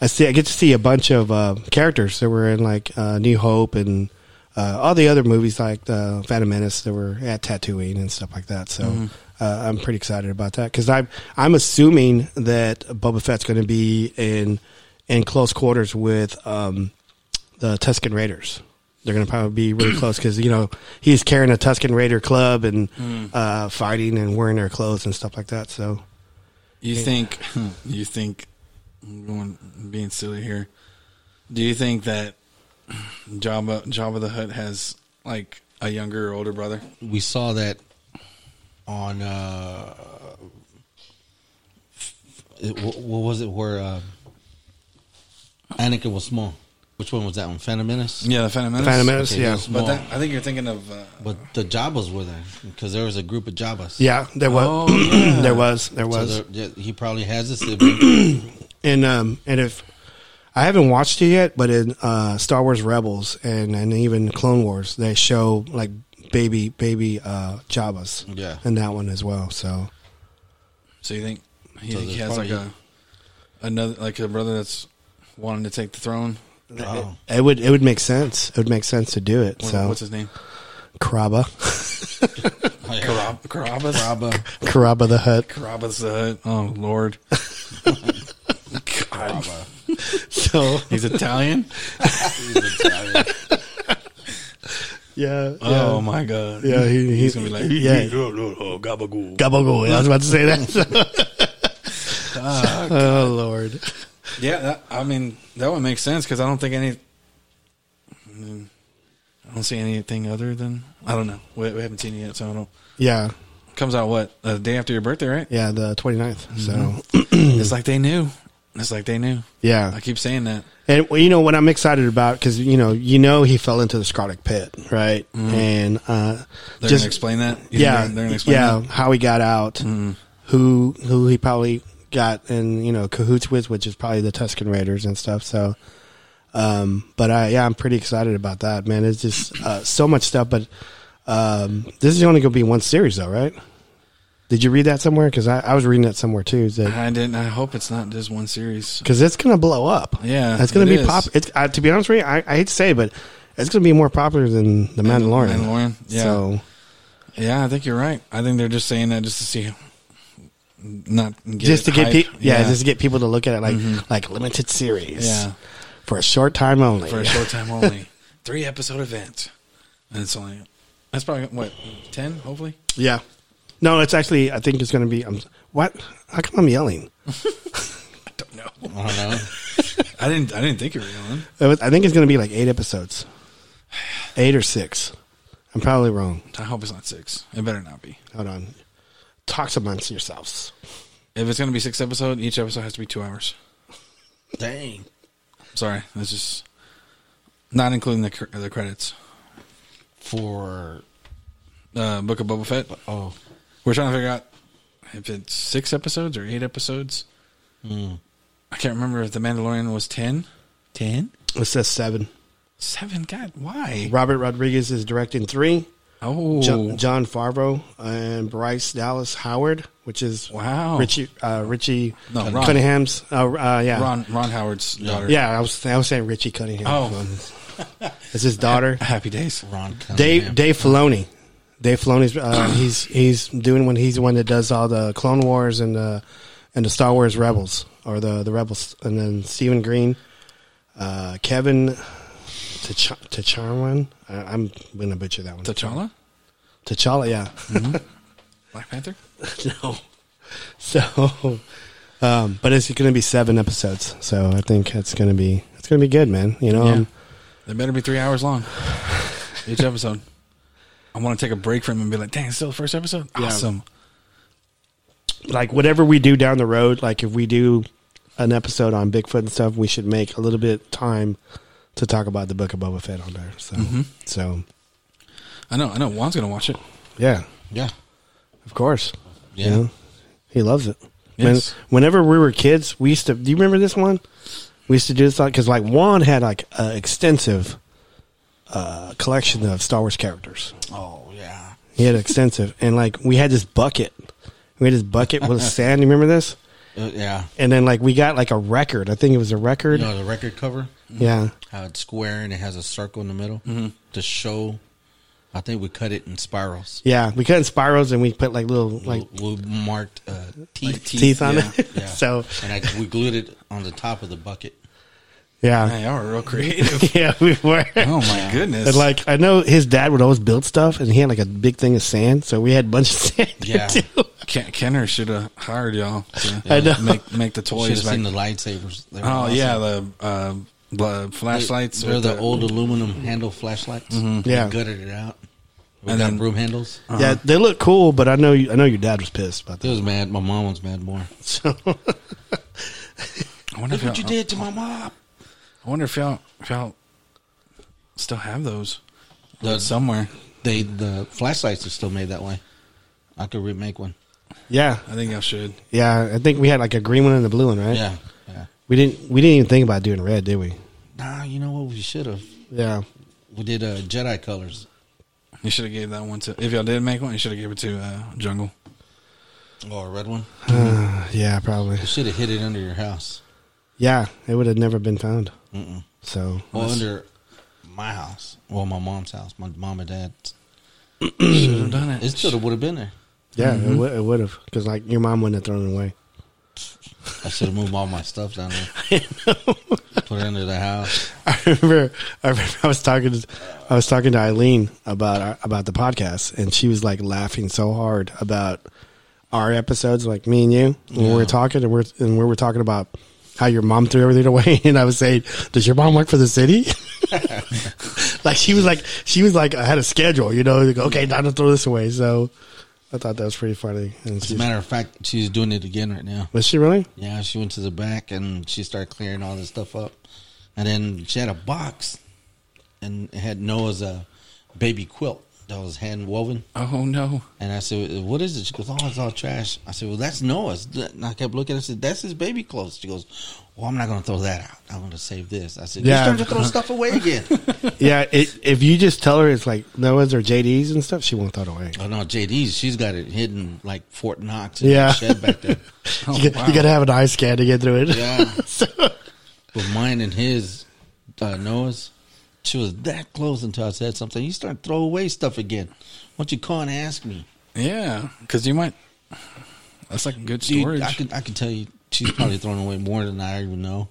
I see. I get to see a bunch of uh, characters that were in like uh, New Hope and uh, all the other movies like the Phantom Menace that were at Tatooine and stuff like that. So uh, I'm pretty excited about that because I'm I'm assuming that Boba Fett's going to be in in close quarters with um, the Tuscan Raiders. They're going to probably be really close because you know he's carrying a Tuscan Raider club and uh, fighting and wearing their clothes and stuff like that. So You think? You think? I'm going being silly here. Do you think that Jabba Jabba the Hutt has like a younger or older brother? We saw that on uh, it, wh- what was it where uh, Anakin was small? Which one was that one? Phantom Menace. Yeah, the Phantom Menace. Phantom Menace, Okay, yeah, yes. But that, I think you're thinking of. Uh, But the Jabbas were there because there was a group of Jabbas. yeah, there was Oh, yeah. there was there So was. there- yeah, he probably has a sibling. and um and if I haven't watched it yet, but in uh, Star Wars Rebels and and even Clone Wars, they show like baby baby uh, Jabba's Yeah. in that one as well. So so you think he, So he there's has like probably- a another like a brother that's wanting to take the throne? Wow. it would it would make sense. It would make sense to do it. Oh. What- so what's his name? Caraba, Karab- Carabas. Karaba. Caraba the Hut. Carabas the Hutt. Oh Lord. God. So He's Italian. He's Italian. yeah, yeah. Oh my God. Yeah, he- he's- he's gonna be yeah. like oh, gabagool. Gabagool. I was about to say that. oh Lord. Yeah, that, I mean that would make sense because I don't think any. I, mean, I don't see anything other than I don't know. We, we haven't seen it yet, so I don't. Yeah, Comes out what the day after your birthday, right? yeah. The 29th. So it's like they knew. It's like they knew. yeah, Mm-hmm. I keep saying that. And well, you know what I'm excited about because you know you know he fell into the scarlet pit, right? And uh, Mm-hmm. They're just gonna explain that. You think yeah, they're, they're gonna explain yeah, that? Mm-hmm. how he got out, who who he probably got in you know cahoots with, which is probably the Tuscan Raiders and stuff. So, um, but I yeah, I'm pretty excited about that, man. It's just uh, so much stuff, but um, this is only gonna be one series though, right? Did you read that somewhere? Because I, I was reading that somewhere too. Is that I didn't. I hope it's not just one series. because it's gonna blow up. Yeah, it's gonna it be is. pop. It's uh, to be honest with you, I, I hate to say, it, but it's gonna be more popular than the Mandalorian. Mandalorian, yeah. So Yeah, I think you're right. I think they're just saying that just to see, not get just to get hype. Mm-hmm. people, yeah, just to get people to look at it like like limited series, Yeah. for a short time only. for a short time only. Three episode event, and it's only that's probably what ten, hopefully. yeah, no, it's actually I think it's gonna be. Um, what? How come I'm yelling? I don't know. I don't know. I didn't. I didn't think you were going. It was- I think it's gonna be like eight episodes, eight or six. I'm probably wrong. I hope it's not six. It better not be. Hold on. Talks amongst yourselves. If it's going to be six episode, each episode has to be two hours. Dang. Sorry, that's just not including the cr- the credits. for Uh, Book of Boba Fett. oh We're trying to figure out if it's six episodes or eight episodes. I can't remember if the Mandalorian was ten. Ten. It says seven. Seven. God, why? Robert Rodriguez is directing three. Oh, Jo- John Favreau and Bryce Dallas Howard, which is Wow. Richie uh, Richie No, Ron. Cunningham's. Uh, uh, yeah, Ron Ron Howard's daughter. yeah. I was I was saying Richie Cunningham. Oh. it's his daughter. Happy days. Ron Cunningham. Dave Dave Filoni. Dave Filoni's uh, he's he's doing when he's the one that does all the Clone Wars and the and the Star Wars Rebels or the the Rebels and then Stephen Green, uh, Kevin T'Ch- T'Charwan. I, I'm gonna butcher that one. T'Challa. T'Challa, yeah. Black Panther. no. So, um, but it's going to be seven episodes. So I think it's going to be it's going to be good, man. You know, um, They better be three hours long. Each episode. I want to take a break from them and be like, dang, it's still the first episode? Yeah. Awesome. like whatever we do down the road, like if we do an episode on Bigfoot and stuff, we should make a little bit time to talk about the Book of Boba Fett on there. So, so I know, I know. Juan's going to watch it. yeah, Yeah. of course, Yeah. you know, he loves it. Yes. When, whenever we were kids, we used to. Do you remember this one? We used to do this because like Juan had like an extensive uh, collection of Star Wars characters. Oh yeah. He had extensive, and like we had this bucket. We had this bucket with sand. You remember this? Uh, yeah. And then like we got like a record. I think it was a record. You know the record cover, Yeah, how it's square and it has a circle in the middle Mm-hmm. to show. I think we cut it in spirals. yeah. We cut in spirals and we put like little like we, we marked uh, teeth, teeth, on yeah, it. Yeah. so and I, we glued it on the top of the bucket. yeah, Hey, y'all are real creative. yeah. We were. oh, my goodness. And like I know his dad would always build stuff, and he had like a big thing of sand. So we had a bunch of sand. there, Yeah. Uh-huh. too. Ken- Kenner should have hired y'all to I know. Make, make the Should have toys back. seen the lightsabers. They were oh, awesome. yeah, the, uh, the flashlights. They're with the, old aluminum handle flashlights. Yeah. we gutted it out. We And got then- broom handles. Yeah, they look cool, but I know you, I know your dad was pissed about It was mad. My mom was mad more. that. I wonder, if y'all, did to my mom. I wonder if, y'all, if y'all still have those The, somewhere. they the flashlights are still made that way. I could remake one. yeah, I think y'all should. yeah. I think we had like a green one and a blue one, right? Yeah, yeah. We didn't we didn't even think about doing red, did we? Nah, you know what? We should have. Yeah. We did uh, Jedi colors. You should have gave that one to. If y'all did make one, you should have gave it to uh, Jungle. Oh, a red one. Yeah, probably. You should have hid it under your house. Yeah, it would have never been found. Mm-mm. So Well, under my house. Well, my mom's house. My mom and dad's. Should have done it. It still would have been there. yeah, it, mm-hmm. w- it would have because like your mom wouldn't have thrown it away. I should have moved all my stuff down there. Put it under the house. I remember, I remember, I was talking to, I was talking to Eileen about our, about the podcast, and she was like laughing so hard about our episodes, like me and you, when we were Yeah. talking, and we're and we were talking about how your mom threw everything away, and I was saying, "Does your mom work for the city?" like she was like she was like I had a schedule, you know. Like, okay, time to throw this away. So I thought that was pretty funny. And As a she's, matter of fact, she's doing it again right now. was she really? Yeah, she went to the back and she started clearing all this stuff up, and then she had a box, and it had Noah's uh, baby quilt that was hand woven. Oh no! And I said, "What is it?" She goes, "Oh, it's all trash." I said, "Well, that's Noah's." And I kept looking. I said, "That's his baby clothes." She goes, "Well, I'm not going to throw that out. I'm going to save this." I said, "You're Yeah. starting to throw stuff away again." Yeah. It, if you just tell her it's like Noah's or JD's and stuff, she won't throw it away. oh no, JD's. She's got it hidden like Fort Knox in Yeah. yeah. shed back there. Oh, you, wow. got to have an eye scan to get through it. Yeah. So- But mine and his, uh, Noah's, she was that close until I said something. You start to throw away stuff again. Why don't you call and ask me? Yeah, because you might. That's like good Dude, storage. I can I can tell you she's probably throwing away more than I even know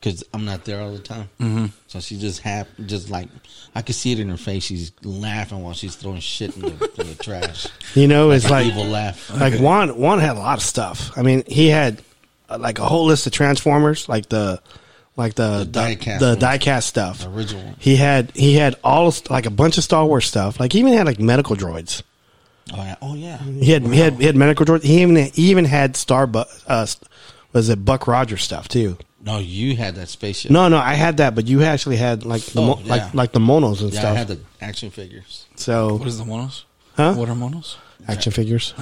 because I'm not there all the time. Mm-hmm. So she just hap- just like I could see it in her face. She's laughing while she's throwing shit in the, in the trash. you know, it's like uh, Evil laugh. like Juan Juan had a lot of stuff. I mean, he had uh, like a whole list of transformers, like the like the The diecast the, ones. diecast stuff, The original one. He had he had all st- like a bunch of Star Wars stuff. Like he even had like medical droids. Oh yeah. Oh yeah. He had he had he had medical droids. He even he even had Star Bu- uh, was it Buck Rogers stuff too. No, you had that spaceship. No, no, I had that, but you actually had like the mo- Oh, yeah. like like the monos and yeah, I stuff. had the action figures. so What is the monos? Huh? What are monos? action figures.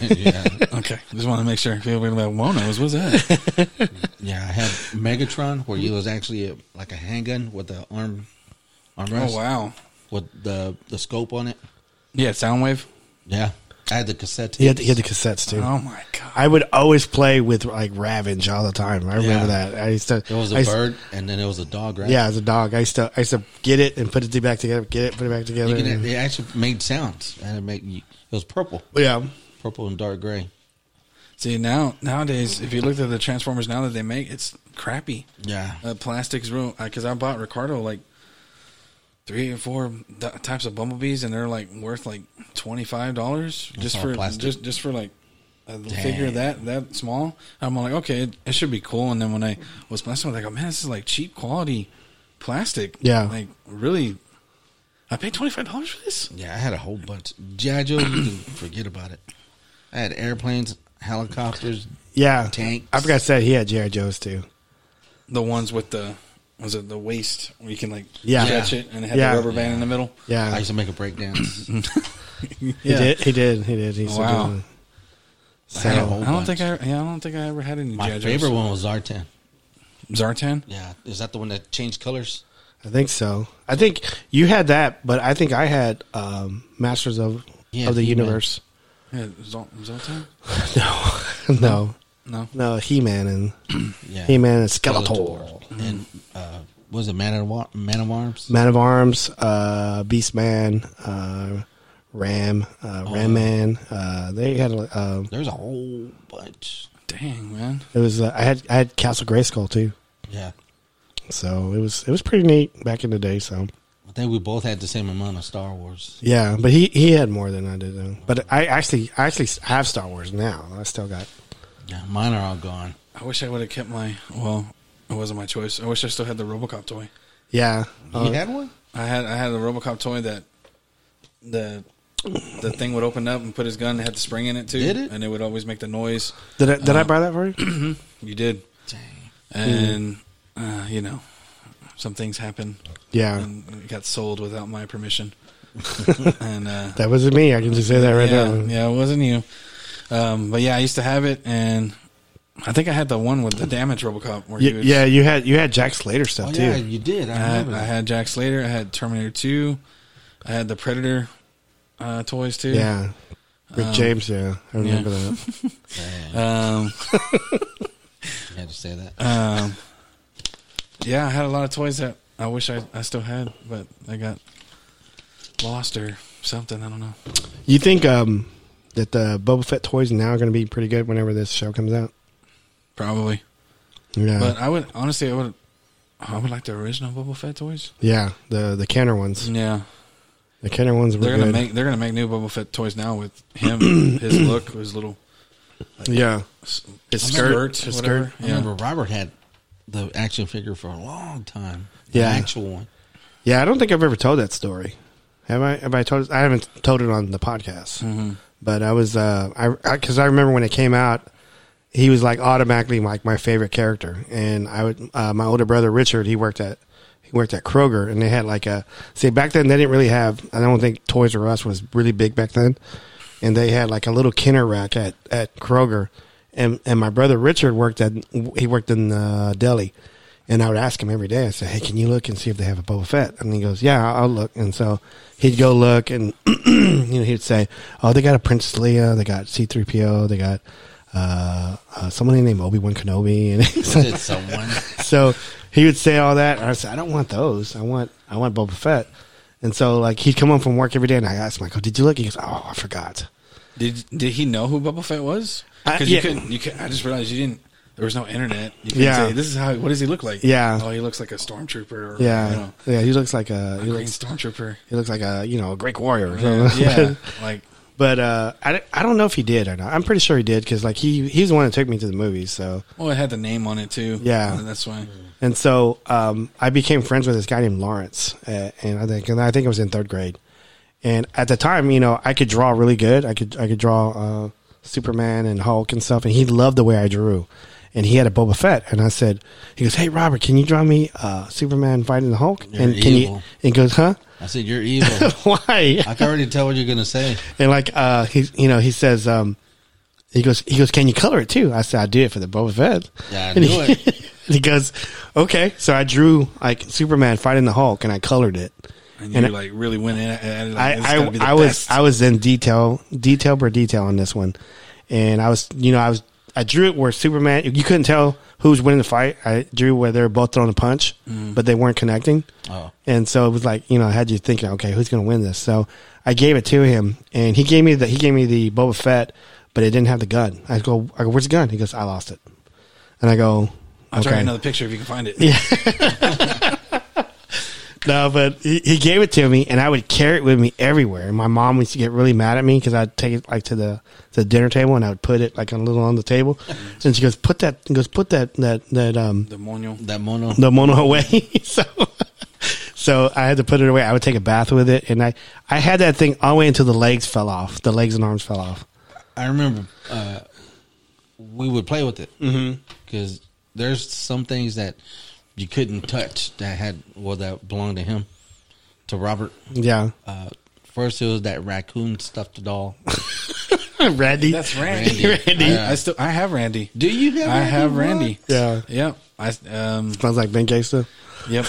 yeah, Okay, just want to make sure. People were like monos. What's that? yeah, I had Megatron, where you was actually a, like a handgun with the arm, armrest oh wow. with the the scope on it. Yeah, Soundwave. Yeah, I had the cassette. He had, he had the tapes. cassettes too. Oh my god. I would always play with like Ravage all the time. I remember Yeah. that. I used to. It was I a used- bird, and then it was a dog, right? Yeah, as a dog, I used to I used to get it and put it back together. Get it, put it back together. You can, it actually made sounds, and it made it was purple, yeah, purple and dark gray. See now nowadays, if you look at the Transformers now that they make, it's crappy. Yeah, Uh, plastics real because I bought Ricardo like three or four d- types of bumblebees, and they're like worth like twenty five dollars just all for plastic. just just for like a figure Dang. that that small. I'm like, okay, it, it should be cool. And then when I was messing with, it, I go, man, this is like cheap quality plastic. Yeah. like really, I paid twenty five dollars for this. yeah, I had a whole bunch. GI Joe, you can forget about it. I had airplanes, helicopters. yeah. Tanks. I forgot to say he had GI Joes too. The ones with the was it the waist where you can like Yeah. stretch it and it had Yeah. the rubber band in the middle. Yeah, I used to make a breakdance. he did. He did. He did. He still Wow. doing it. I had a So whole I don't bunch. think I yeah I don't think I ever had any. My G.I. Joes. favorite one was Zartan. Zartan. Yeah, is that the one that changed colors? I think so. I think you had that, but I think I had um, Masters of Yeah, of the He-Man. Universe. Yeah, Zol- Zoltan? No, no, No. no. He Man and Yeah, He Man and Skeletor. and uh, was it Man of Wa- Man of Arms? Man of Arms, uh, Beast Man, uh, Ram, uh, Oh. Ram Man. Uh, they had. a- Uh, There's a whole bunch. Dang, man. it was. Uh, I had. I had Castle Grayskull too. Yeah, So it was. It was pretty neat back in the day. So I think we both had the same amount of Star Wars. yeah, but he he had more than I did. Though. But I actually I actually have Star Wars now. I still got. Yeah, mine are all gone. I wish I would have kept my. Well, it wasn't my choice. I wish I still had the RoboCop toy. Yeah. Uh, you had one? I had I had the RoboCop toy that the the thing would open up and put his gun. and had the spring in it too, Did it? and it would always make the noise. did I, did Uh, I buy that for you? You did, Dang. and uh, you know, some things happen Yeah. and it got sold without my permission. and uh, That wasn't me. I can just say that right yeah, now. yeah, it wasn't you. Um, but yeah, I used to have it, and I think I had the one with the damage RoboCop where Y- he was, yeah, you had you had Jack Slater stuff Oh too. yeah, you did. I I had, remember. I that. had Jack Slater. I had Terminator 2. I had the Predator uh, toys too. Yeah. Rick Um, James, yeah. I remember that. Dang, Um, you had to say that. um, yeah, I had a lot of toys that I wish I, I still had, but I got lost or something. I don't know. You think um that the Boba Fett toys now are going to be pretty good whenever this show comes out? Probably. Yeah. But I would, honestly, I would. I would like the original Boba Fett toys. yeah, the the Kenner ones. Yeah, The Kenner ones were Mm. they're gonna good. make they're gonna make new Boba Fett toys now with him, his look, his little yeah. s- His skirt, skirt, his whatever. skirt. I Yeah. remember Robert had the action figure for a long time. Yeah. the actual one. Yeah, I don't think I've ever told that story. Have I? Have I told? I haven't told it on the podcast. But I was, uh, I because I, remember when it came out, he was like automatically like my favorite character, and I would uh, my older brother Richard, he worked at he worked at Kroger, and they had like a see back then they didn't really have. I don't think Toys R Us was really big back then, and they had like a little Kenner rack at at Kroger, and and my brother Richard worked at he worked in the deli, and I would ask him every day. I said, "Hey, can you look and see if they have a Boba Fett?" And he goes, "Yeah, I'll, I'll look." And so he'd go look, and you know he'd say, "Oh, they got a Princess Leia, they got C three PO, they got uh, uh, somebody named Obi Wan Kenobi." And he's Was like- it someone? so he would say all that, and I said, "I don't want those. I want I want Boba Fett." And so like he'd come home from work every day, and I asked him, "Like, oh, did you look?" He goes, "Oh, I forgot." Did did he know who Boba Fett was? I- Because yeah. you couldn't. You could, I just realized you didn't. There was no internet. You could Yeah. say this is how. What does he look like? Yeah. Oh, he looks like a stormtrooper. Or, Yeah, You know, yeah. He looks like a a he green looks, Oh. stormtrooper. he looks like a you know a Greek warrior. yeah. Like But uh, I, don't- I don't know if he did or not. I'm pretty sure he did because like he he's the one that took me to the movies. So well, it had the name on it too. Yeah. And that's why. and so um, I became friends with this guy named Lawrence, uh, and I think and I think I was in third grade. And at the time, you know, I could draw really good. I could I could draw uh, Superman and Hulk and stuff, and he loved the way I drew. and he had a Boba Fett, and I said, he goes, "Hey Robert, can you draw me uh, Superman fighting the Hulk?" You're and can evil. you? And he goes, "Huh? I said, "You're evil." Why?" I can already tell what you're gonna say. and like uh, he, you know, he says, um, he goes, he goes, "Can you color it too?" I said, "I did for the Boba Fett." Yeah, I And knew he, it. and he goes, "Okay." So I drew like Superman fighting the Hulk, and I colored it. and, And you like really went in at at it. Like, this I, gotta be the I, I was best. I was in detail detail per detail on this one, and I was you know I was I drew it where Superman you couldn't tell who was winning the fight. I drew where they were both throwing a punch, Mm. but they weren't connecting. Oh. and so it was like you know I had you thinking, okay, who's going to win this? So I gave it to him, and he gave me the he gave me the Boba Fett, but it didn't have the gun. I go, I go, where's the gun? He goes, I lost it, and I go, I'll try okay, another picture if you can find it. No, but he, he gave it to me, and I would carry it with me everywhere. And my mom used to get really mad at me because I'd take it like to the to the dinner table, and I would put it like on a little on the table. and she goes, "Put that," and goes, "Put that that that um The Mono. That mono. the mono away." so, so I had to put it away. I would take a bath with it, and I I had that thing all the way until the legs fell off. The legs and arms fell off. I remember uh, we would play with it Mm-hmm. because mm there's some things that you couldn't touch that had well that belonged to him, to Robert. Yeah, Uh, first, it was that raccoon stuffed doll. Randy. That's Randy. Randy. I, I still I have Randy. Do you have? I have What? Randy. Yeah, Yep. I um smells like Ben Gangsta. yep.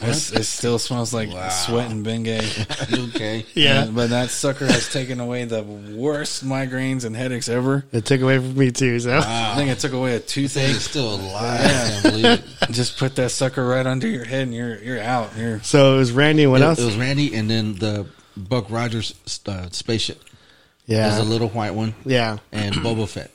It's, it still smells like sweat and Bengay. okay. Yeah. And- but that sucker has taken away the worst migraines and headaches ever. It took away from me too. So I think it took away a toothache. Thing's still alive. I can't believe it. Just put that sucker right under your head and you're you're out. You're so it was Randy. and What It- else? It was Randy, and then the Buck Rogers uh, spaceship. It was a yeah, little white one, yeah. and Boba Fett.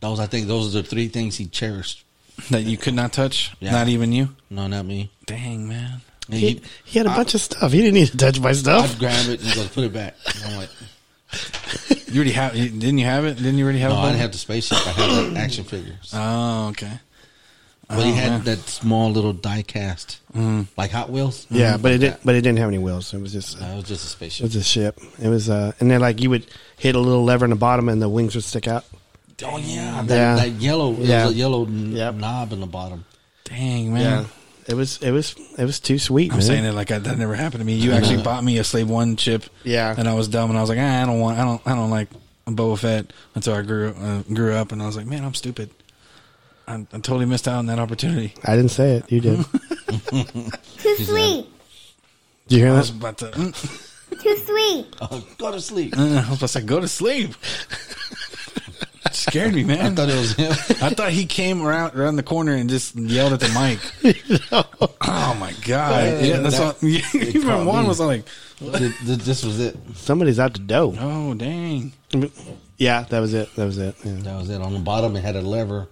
Those, I think, those are the three things he cherished. that you could not touch. Yeah. Not even you. No, not me. Dang man. And He, he had a bunch of stuff. He didn't need to touch my stuff. I'd grab it and go put it back. And I'm like, You already have you- didn't you have it? Didn't you already have no, it? I Bubba? didn't have the spaceship. I had the action figures. Uh-huh. Oh, okay. But he oh, had man. that small little die cast, like Hot Wheels. Mm-hmm. yeah, but it Like didn't. that. But it didn't have any wheels. It was just Uh, it it was just a spaceship. was a ship. It was uh, and then like you would hit a little lever in the bottom and the wings would stick out. Oh yeah, that, Yeah. that yellow. It Yeah. was a yellow n- Yep. knob in the bottom. Dang man. it was it was it was too sweet. I'm man. saying it like I, that never happened to me. You actually bought me a Slave One chip. Yeah. and I was dumb, and I was like, ah, I don't want, I don't, I don't like Boba Fett until I grew uh, grew up, and I was like, man, I'm stupid. I, I totally missed out on that opportunity. I didn't say it. You did. did Too sweet. you hear I was that? about to, mm, Too sweet. Oh, go to sleep. uh, I was about to say, go to sleep. It scared me, man. I thought it was him. I thought he came around around the corner and just yelled at the mic. Oh my god! Yeah, that's that- all. Even caught one me. was like, Th- th- this was it. Somebody's out the dough. "Oh dang!" Yeah, that was it. That was it. Yeah. That was it. On the bottom, it had a lever.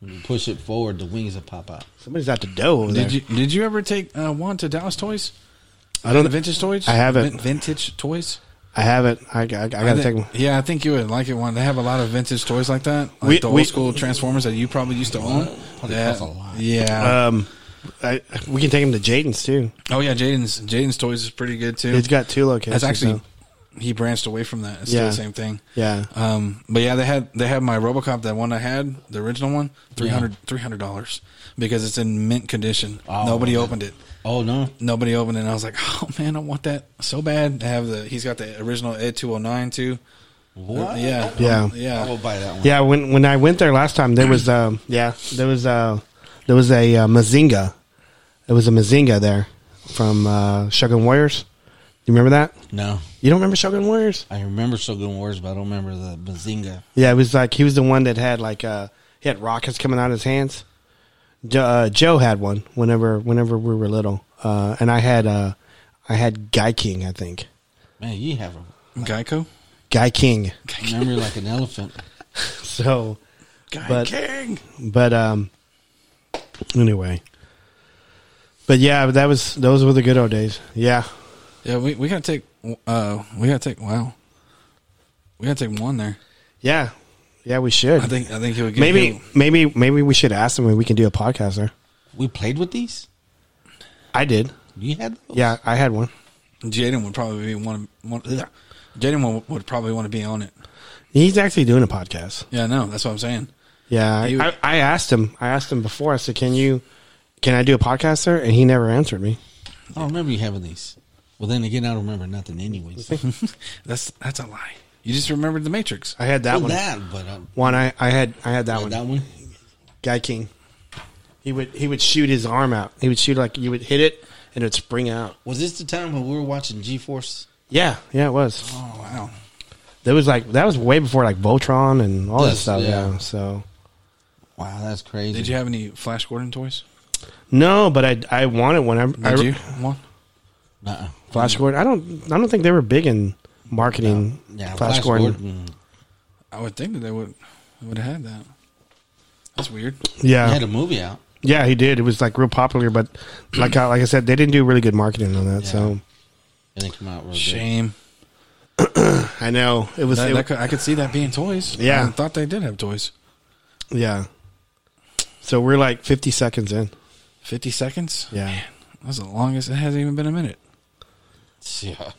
When you push it forward, the wings would pop out. Somebody's out the dough. Over there. Did you did you ever take uh, Juan to Dallas Toys? I don't. vintage toys. I haven't. Vin- vintage toys. I haven't. I, I, I gotta I take. think- Them. Yeah, I think you would like it. One, they have a lot of vintage toys like that, like We- the we- old school Transformers that you probably used to own. Probably That- cost a lot. Uh, Yeah. Um, I, we can take him to Jaden's too. oh yeah, Jaden's Jaden's toys is pretty good too. He's got two locations. That's actually now. he branched away from that. It's Yeah. still the same thing. Yeah. Um, but yeah, they had they had my RoboCop that one I had the original one 300 dollars because it's in mint condition. Oh, Nobody man. opened it. Oh no! Nobody opened it. And I was like, oh man, I want that so bad. They have the he's got the original Ed two hundred nine too. What? Oh, Yeah, Yeah. yeah. I will buy that one. Yeah, when when I went there last time, there was um yeah there was uh there was a uh, Mazinga, it was a Mazinga there from uh, Shogun Warriors. You remember that? No, You don't remember Shogun Warriors? I remember Shogun Wars, but I don't remember the Bazinga. Yeah, it was like he was the one that had like uh he had rockets coming out of his hands. Jo- uh, Joe had one whenever whenever we were little, uh, and I had uh I had Guy King I think Man, you have a Geico. Guy King. memory like an elephant. So, Guy But- King. but um anyway, but yeah, that was those were the good old days. Yeah. Yeah, we, we gotta take uh we gotta take wow. We gotta take one there. Yeah, yeah, we should. I think I think he'll get maybe, he'll- maybe, maybe we should ask them if we can do a podcast there. We played with these. I did. You had those? Yeah, I had one. Jaden would probably be one, one ugh. Jaden would, would probably want to be on it. He's actually doing a podcast. Yeah, no, that's what I'm saying. Yeah, He I, would- I, I asked him. I asked him before. I said, "Can you, can I do a podcast there?" And he never answered me. I don't remember you having these. Well, then again, I don't remember nothing, anyways. That's that's a lie. You just remembered the Matrix. I had that Well, one. that, but um, One I, I had I had that that, one. one. Guy King. He would he would shoot his arm out. He would shoot like you would hit it and it would spring out. Was this the time when we were watching G Force? Yeah, yeah, it was. Oh wow. That was like that was way before like Voltron and all that Yes, stuff. Yeah. yeah. So Wow, that's crazy. Did you have any Flash Gordon toys? no, but I I wanted one. I, Did I you one? Nuh-uh. Flash Gordon. I don't I don't think they were big in marketing. Yeah, Mm. Flash, Gordon. I would think that they would would have had that. That's weird. Yeah, He had a movie out. yeah, he did. It was like real popular, but like I, like I said, they didn't do really good marketing on that. Yeah. So It didn't come out real good. Shame. I know it was. it That, that was- could, I could see that being toys. Yeah. I thought they did have toys. yeah. So we're like fifty seconds in. Fifty seconds. Yeah. That's the longest. It hasn't even been a minute. Yeah.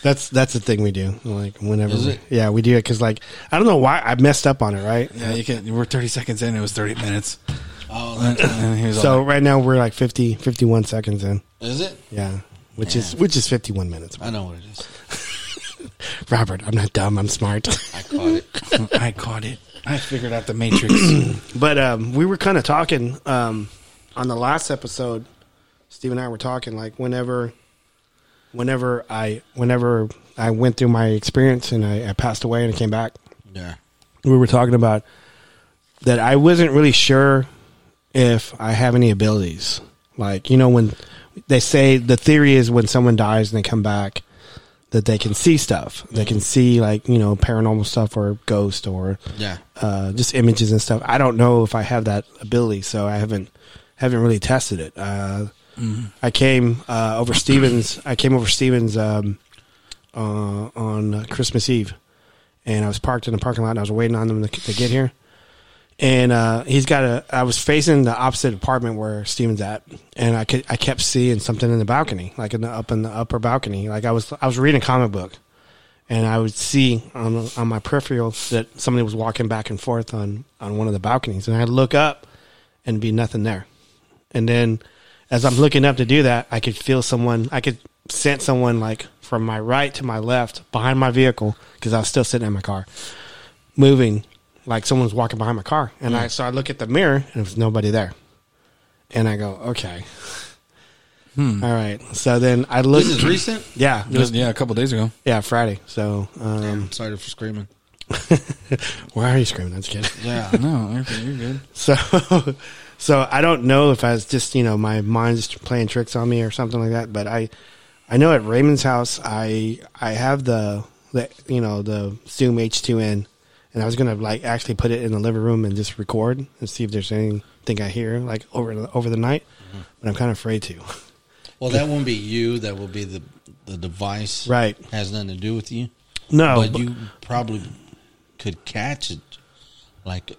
That's that's the thing we do. Like whenever, Is we- it? yeah, we do it because like I don't know why I messed up on it, right? Yeah, you can't. We're thirty seconds in. It was thirty minutes. Oh, And, that, and he was So all right now we're like 50, 51 seconds in. is it? Yeah, which is Yeah. which is fifty one minutes. I know what it is. Robert, I'm not dumb. I'm smart. I caught it. like, "Mm, I caught it. I figured out the Matrix. but um, we were kind of talking um, on the last episode. Steve and I were talking like whenever, whenever I whenever I went through my experience and I, I passed away and I came back. Yeah. we were talking about that I wasn't really sure if I have any abilities. Like, you know, when they say the theory is when someone dies and they come back, that they can see stuff. They can see, like, you know, paranormal stuff or ghost or Yeah. uh, just images and stuff. I don't know if I have that ability, so I haven't haven't really tested it. Uh, I came uh, over Stevens. I came over Stevens um, uh, on Christmas Eve, and I was parked in the parking lot. and I was waiting on them to, to get here, and uh, he's got a. I was facing the opposite apartment where Stevens at, and I could, I kept seeing something in the balcony, like in the up in the upper balcony. Like I was I was reading a comic book and I would see on on my peripheral that somebody was walking back and forth on on one of the balconies, and I'd look up and be nothing there. And then, as I'm looking up to do that, I could feel someone. I could sense someone like from my right to my left behind my vehicle because I was still sitting in my car, moving like someone was walking behind my car. And Mm. I so I look at the mirror and there was nobody there. And I go, okay, all right. So then I look. Hmm. This is recent? yeah, it was- Just- yeah, a couple days ago. yeah, Friday. So. Um, I'm sorry for screaming. Why are you screaming? I'm just kidding. Yeah. No, you're, you're good. So, so I don't know if I was just you know my mind's just playing tricks on me or something like that. But I, I know at Raymond's house, I I have the the you know the Zoom H2n, and I was gonna like actually put it in the living room and just record and see if there's anything I hear like over the, over the night. Mm-hmm. But I'm kind of afraid to. Well, that won't be you. That will be the the device. Right. Has nothing to do with you. No, but you probably could catch it, like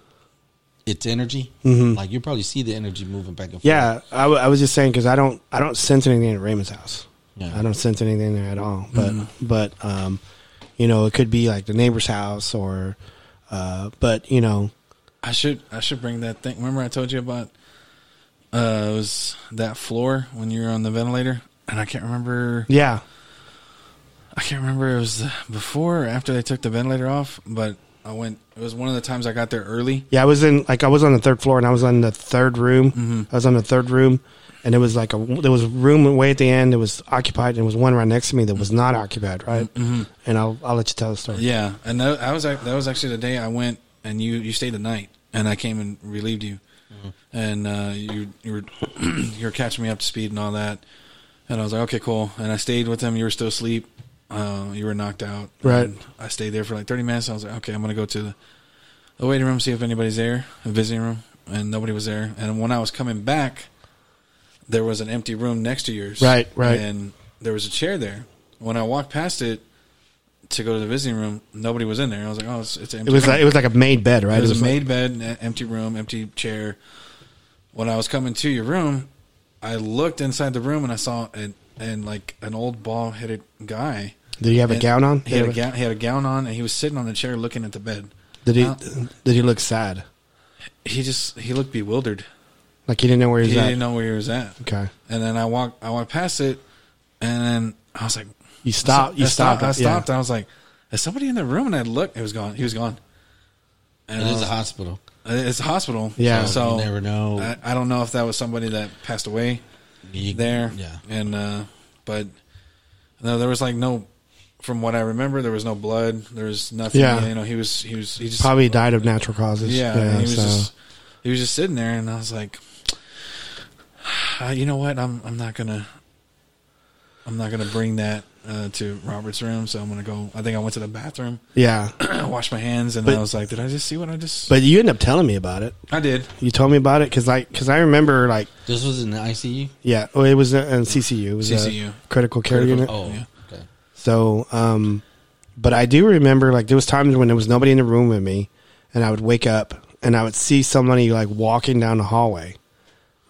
its energy. Like you probably see the energy moving back and forth. Yeah, I, w- I was just saying because I don't I don't sense anything at Raymond's house. Yeah. I don't sense anything there at all. But Mm-hmm. but um, you know, it could be like the neighbor's house or, uh, but you know, I should I should bring that thing. Remember I told you about uh it was that floor when you were on the ventilator? And I can't remember yeah, I can't remember it was before or after they took the ventilator off, but I went it was one of the times I got there early. yeah. I was in like I was on the third floor and I was on the third room. Mm-hmm. I was on the third room, and it was like a there was a room way at the end that was occupied, and there was one right next to me that was not occupied, right? Mm-hmm. And I'll I'll let you tell the story. Yeah. And that I was ac- that was actually the day I went and you you stayed the night and I came and relieved you. Mm-hmm. And uh you you were you were catching me up to speed and all that. And I was like, okay, cool. And I stayed with him. You were still asleep. Uh, you were knocked out. Right. And I stayed there for like 30 minutes. I was like, okay, I'm going to go to the, the waiting room, see if anybody's there, the visiting room. And nobody was there. And when I was coming back, there was an empty room next to yours. Right, right. And there was a chair there. When I walked past it to go to the visiting room, nobody was in there. I was like, oh, it's, it's an empty. It was room. like it was like a made bed, right? It was a like- made bed, an empty room, empty chair. When I was coming to your room, I looked inside the room and I saw an and like an old bald headed guy. Did he have a And gown on? He had a, gown, he had a gown on and he was sitting on a chair looking at the bed. Did he Uh, did he look sad? He just he looked bewildered. Like he didn't know where he He was at. didn't know where he was at. Okay. And then I walked I walked past it, and then I was like, You stopped. You I stopped. I yeah. stopped. And I was like, is somebody in the room? And I looked. It was gone. He was gone. And It I is was- a hospital. It's a hospital. Yeah. So You never know. I, I don't know if that was somebody that passed away You- there. Yeah. And uh but no, there was like no from what I remember, there was no blood. There was nothing. Yeah. You know, he was he was he just Probably died of natural causes. yeah, and he was so- just he was just sitting there and I was like "Ah, you know what? I'm I'm not gonna I'm not gonna bring that uh, to Robert's room, so I'm gonna go. I think I went to the bathroom, yeah. washed my hands, and But- I was like, "Did I just see what I just?" But you ended up telling me about it. I did. You told me about it because I because I remember like This was in the ICU. yeah oh, it was uh, in CCU it was CCU. a critical care Critical- Oh, unit. Yeah. okay. So, um, but I do remember like there was times when there was nobody in the room with me, and I would wake up and I would see somebody like walking down the hallway,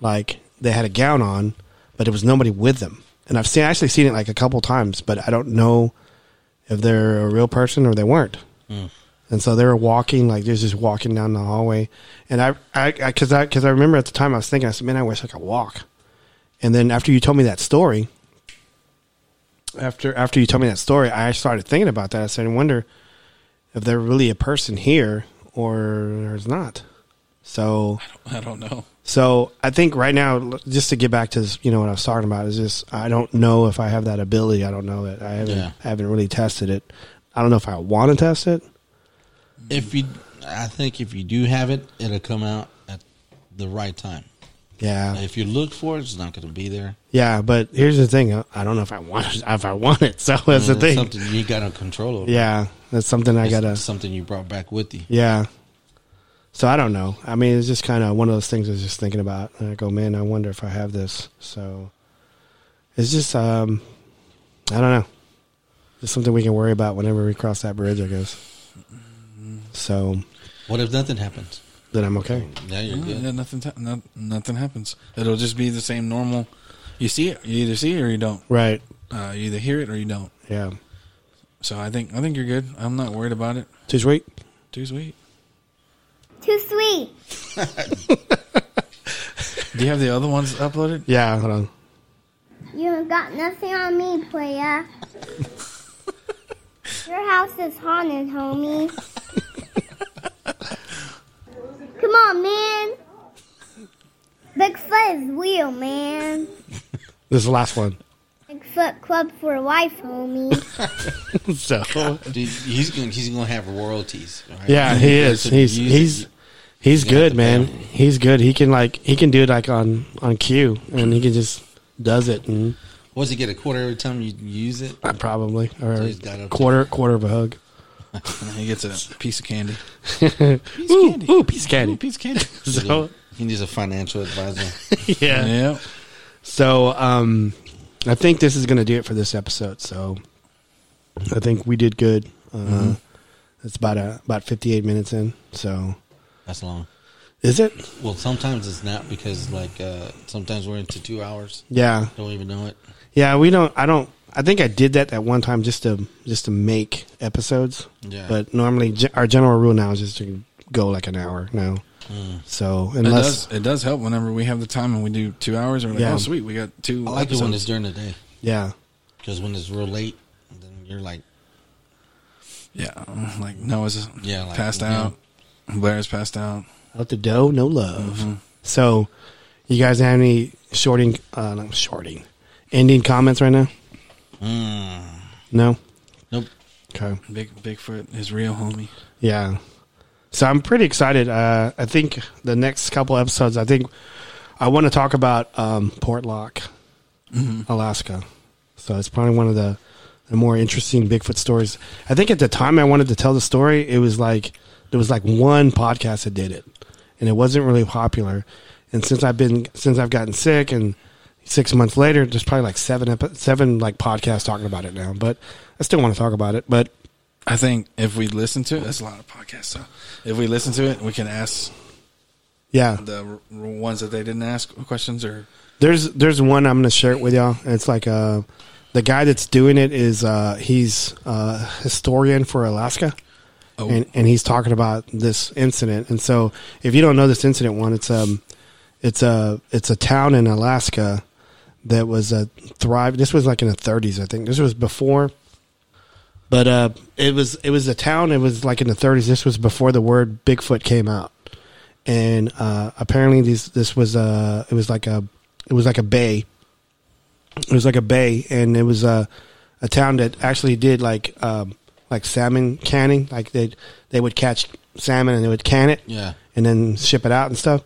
like they had a gown on, but it was nobody with them. And I've seen actually seen it like a couple times, but I don't know if they're a real person or they weren't. And so they were walking like they're just walking down the hallway, and I, I, because I, because I, remember at the time I was thinking I said, man, I wish I could walk. And then after you told me that story, after after you told me that story, I started thinking about that. I started to wonder if there really a person here or there's not. So I don't know. so I think right now, l- just to get back to this, you know what I was talking about is just I don't know if I have that ability. I don't know that I haven't Yeah. I haven't really tested it. I don't know if I want to test it. If you, I think if you do have it, it'll come out at the right time. Yeah, If you look for it, it's not going to be there. yeah. But here's the thing: I I don't know if I want it, if I want it. So that's the It's thing. Mm, Something you got to control over. Yeah, that's something I It's gotta. something you brought back with you. Yeah. So I don't know. I mean, it's just kind of one of those things I was just thinking about, and I go, man, I wonder if I have this. So it's just, um, I don't know. It's something we can worry about whenever we cross that bridge, I guess. So What if nothing happens? then I'm okay. Yeah, you're good. Yeah, nothing. ta- no, nothing happens. It'll just be the same normal. You see it. You either see it or you don't. Right. Uh, you either hear it or you don't. Yeah. So I think I think you're good. I'm not worried about it. Too sweet. Too sweet. Too sweet. Do you have the other ones uploaded? Yeah. Hold on. You ain't got nothing on me, playa. Your house is haunted, homie. Come on, man. Bigfoot is real, man. This is the last one. Bigfoot Club for Life, homie. so Dude, he's gonna he's gonna have royalties. all right? yeah, he is. to He's use he's it. he's good, to man. pay him. He's good. He can like he can do it like on on cue, and he can just does it and. What's he get a quarter every time you use it? Uh, Probably, or So he's got a- quarter quarter of a hug. And he gets a piece of candy. Piece ooh, candy. ooh, piece of candy. Ooh, piece of candy. so He needs a financial advisor. yeah. yeah. So um, I think this is going to do it for this episode. So I think we did good. Uh, It's about a, about fifty eight minutes in. So That's long. is it? Well, sometimes it's not because like uh, sometimes we're into two hours. Yeah, Don't even know it. yeah. We don't. I don't. I think I did that that one time just to just to make episodes. Yeah. But normally ge- our general rule now is just to go like an hour now. Mm. So It unless does. It does help whenever we have the time and we do two hours. And we're like, Yeah. oh sweet, we got two. I like it when it's episodes. during the day yeah. because when it's real late, then you're like, Yeah. Like Noah's Yeah, like- passed yeah. out. Blair's passed out. Out the dough, no love. So, you guys have any shorting, uh, not shorting, ending comments right now? mm, No? nope. Okay. Big Bigfoot is real, homie. Yeah. So, I'm pretty excited. Uh, I think the next couple episodes, I think I want to talk about um, Portlock, Alaska. So, it's probably one of the, the more interesting Bigfoot stories. I think at the time I wanted to tell the story, it was like there was like one podcast that did it, and it wasn't really popular. And since I've been since I've gotten sick, and six months later, there's probably like seven epi- seven like podcasts talking about it now. But I still want to talk about it. But I think if we listen to it, that's a lot of podcasts. So if we listen to it, we can ask yeah, the r- ones that they didn't ask questions or There's there's one I'm gonna share it with y'all. It's like uh the guy that's doing it is uh he's uh historian for Alaska oh, and, and he's talking about this incident. And so, if you don't know this incident, one, it's um, it's a it's a town in Alaska that was a thrive. This was like in the 30s, I think. This was before, but uh, it was it was a town. It was like in the 30s. This was before the word Bigfoot came out, and uh, apparently these this was a it was like a it was like a bay. It was like a bay, and it was a a town that actually did like um, like salmon canning. Like they they would catch salmon and they would can it, Yeah. and then ship it out and stuff.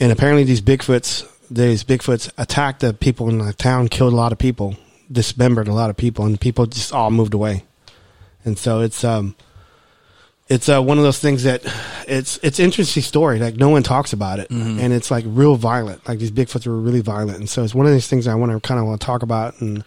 And apparently, these Bigfoots, these Bigfoots attacked the people in the town, killed a lot of people, dismembered a lot of people, and people just all moved away. And so it's um, it's uh, one of those things that it's it's an interesting story. Like no one talks about it, Mm-hmm. and it's like real violent. Like these Bigfoots were really violent, and so it's one of these things I want to kind of want to talk about. And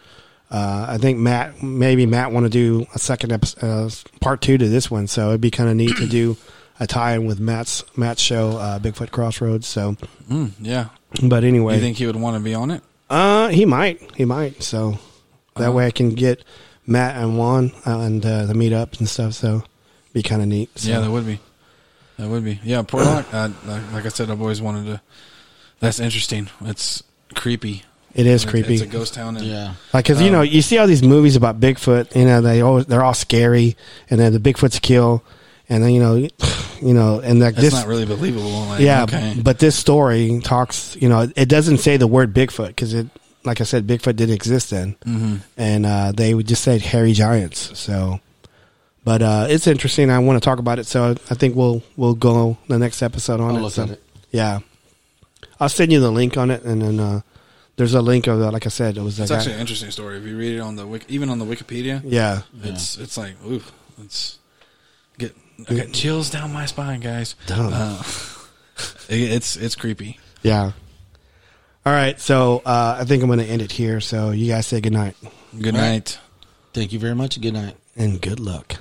uh, I think Matt, maybe Matt, want to do a second episode, uh, part two to this one. So it'd be kind of neat to do a tie-in with Matt's Matt's show, uh, Bigfoot Crossroads. So, Mm, yeah. but anyway, You think he would want to be on it? uh, he might, he might. So that Uh-huh. way I can get Matt and Juan uh, and uh, the meetup and stuff. So be kind of neat. So. Yeah, that would be. That would be. Yeah, Portlock. uh, like, like I said, I've always wanted to. That's interesting. It's creepy. it is It- creepy. It's a Um, ghost town. And, Yeah. Like, cause you know, you see all these movies about Bigfoot. You know, they always they're all scary, and then the Bigfoots kill, and then you know, you know, and like That's this. not really believable. Like, yeah, okay. but this story talks. You know, it doesn't say the word Bigfoot because it, like I said, Bigfoot didn't exist then, mm-hmm. and uh, they would just say hairy giants. So, but uh, it's interesting. I want to talk about it, so I think we'll we'll go the next episode on I'll it. look so- at it. Yeah, I'll send you the link on it, and then uh, there's a link of the, like I said, it was it's like actually an interesting story. If you read it on the wiki, even on the Wikipedia, yeah. it's it's like ooh, it's get I got chills down my spine, guys. Dumb. Uh, it- it's it's creepy. Yeah. All right. So uh, I think I'm going to end it here. So you guys say goodnight Good All right. night. Thank you very much. Good night. and good luck.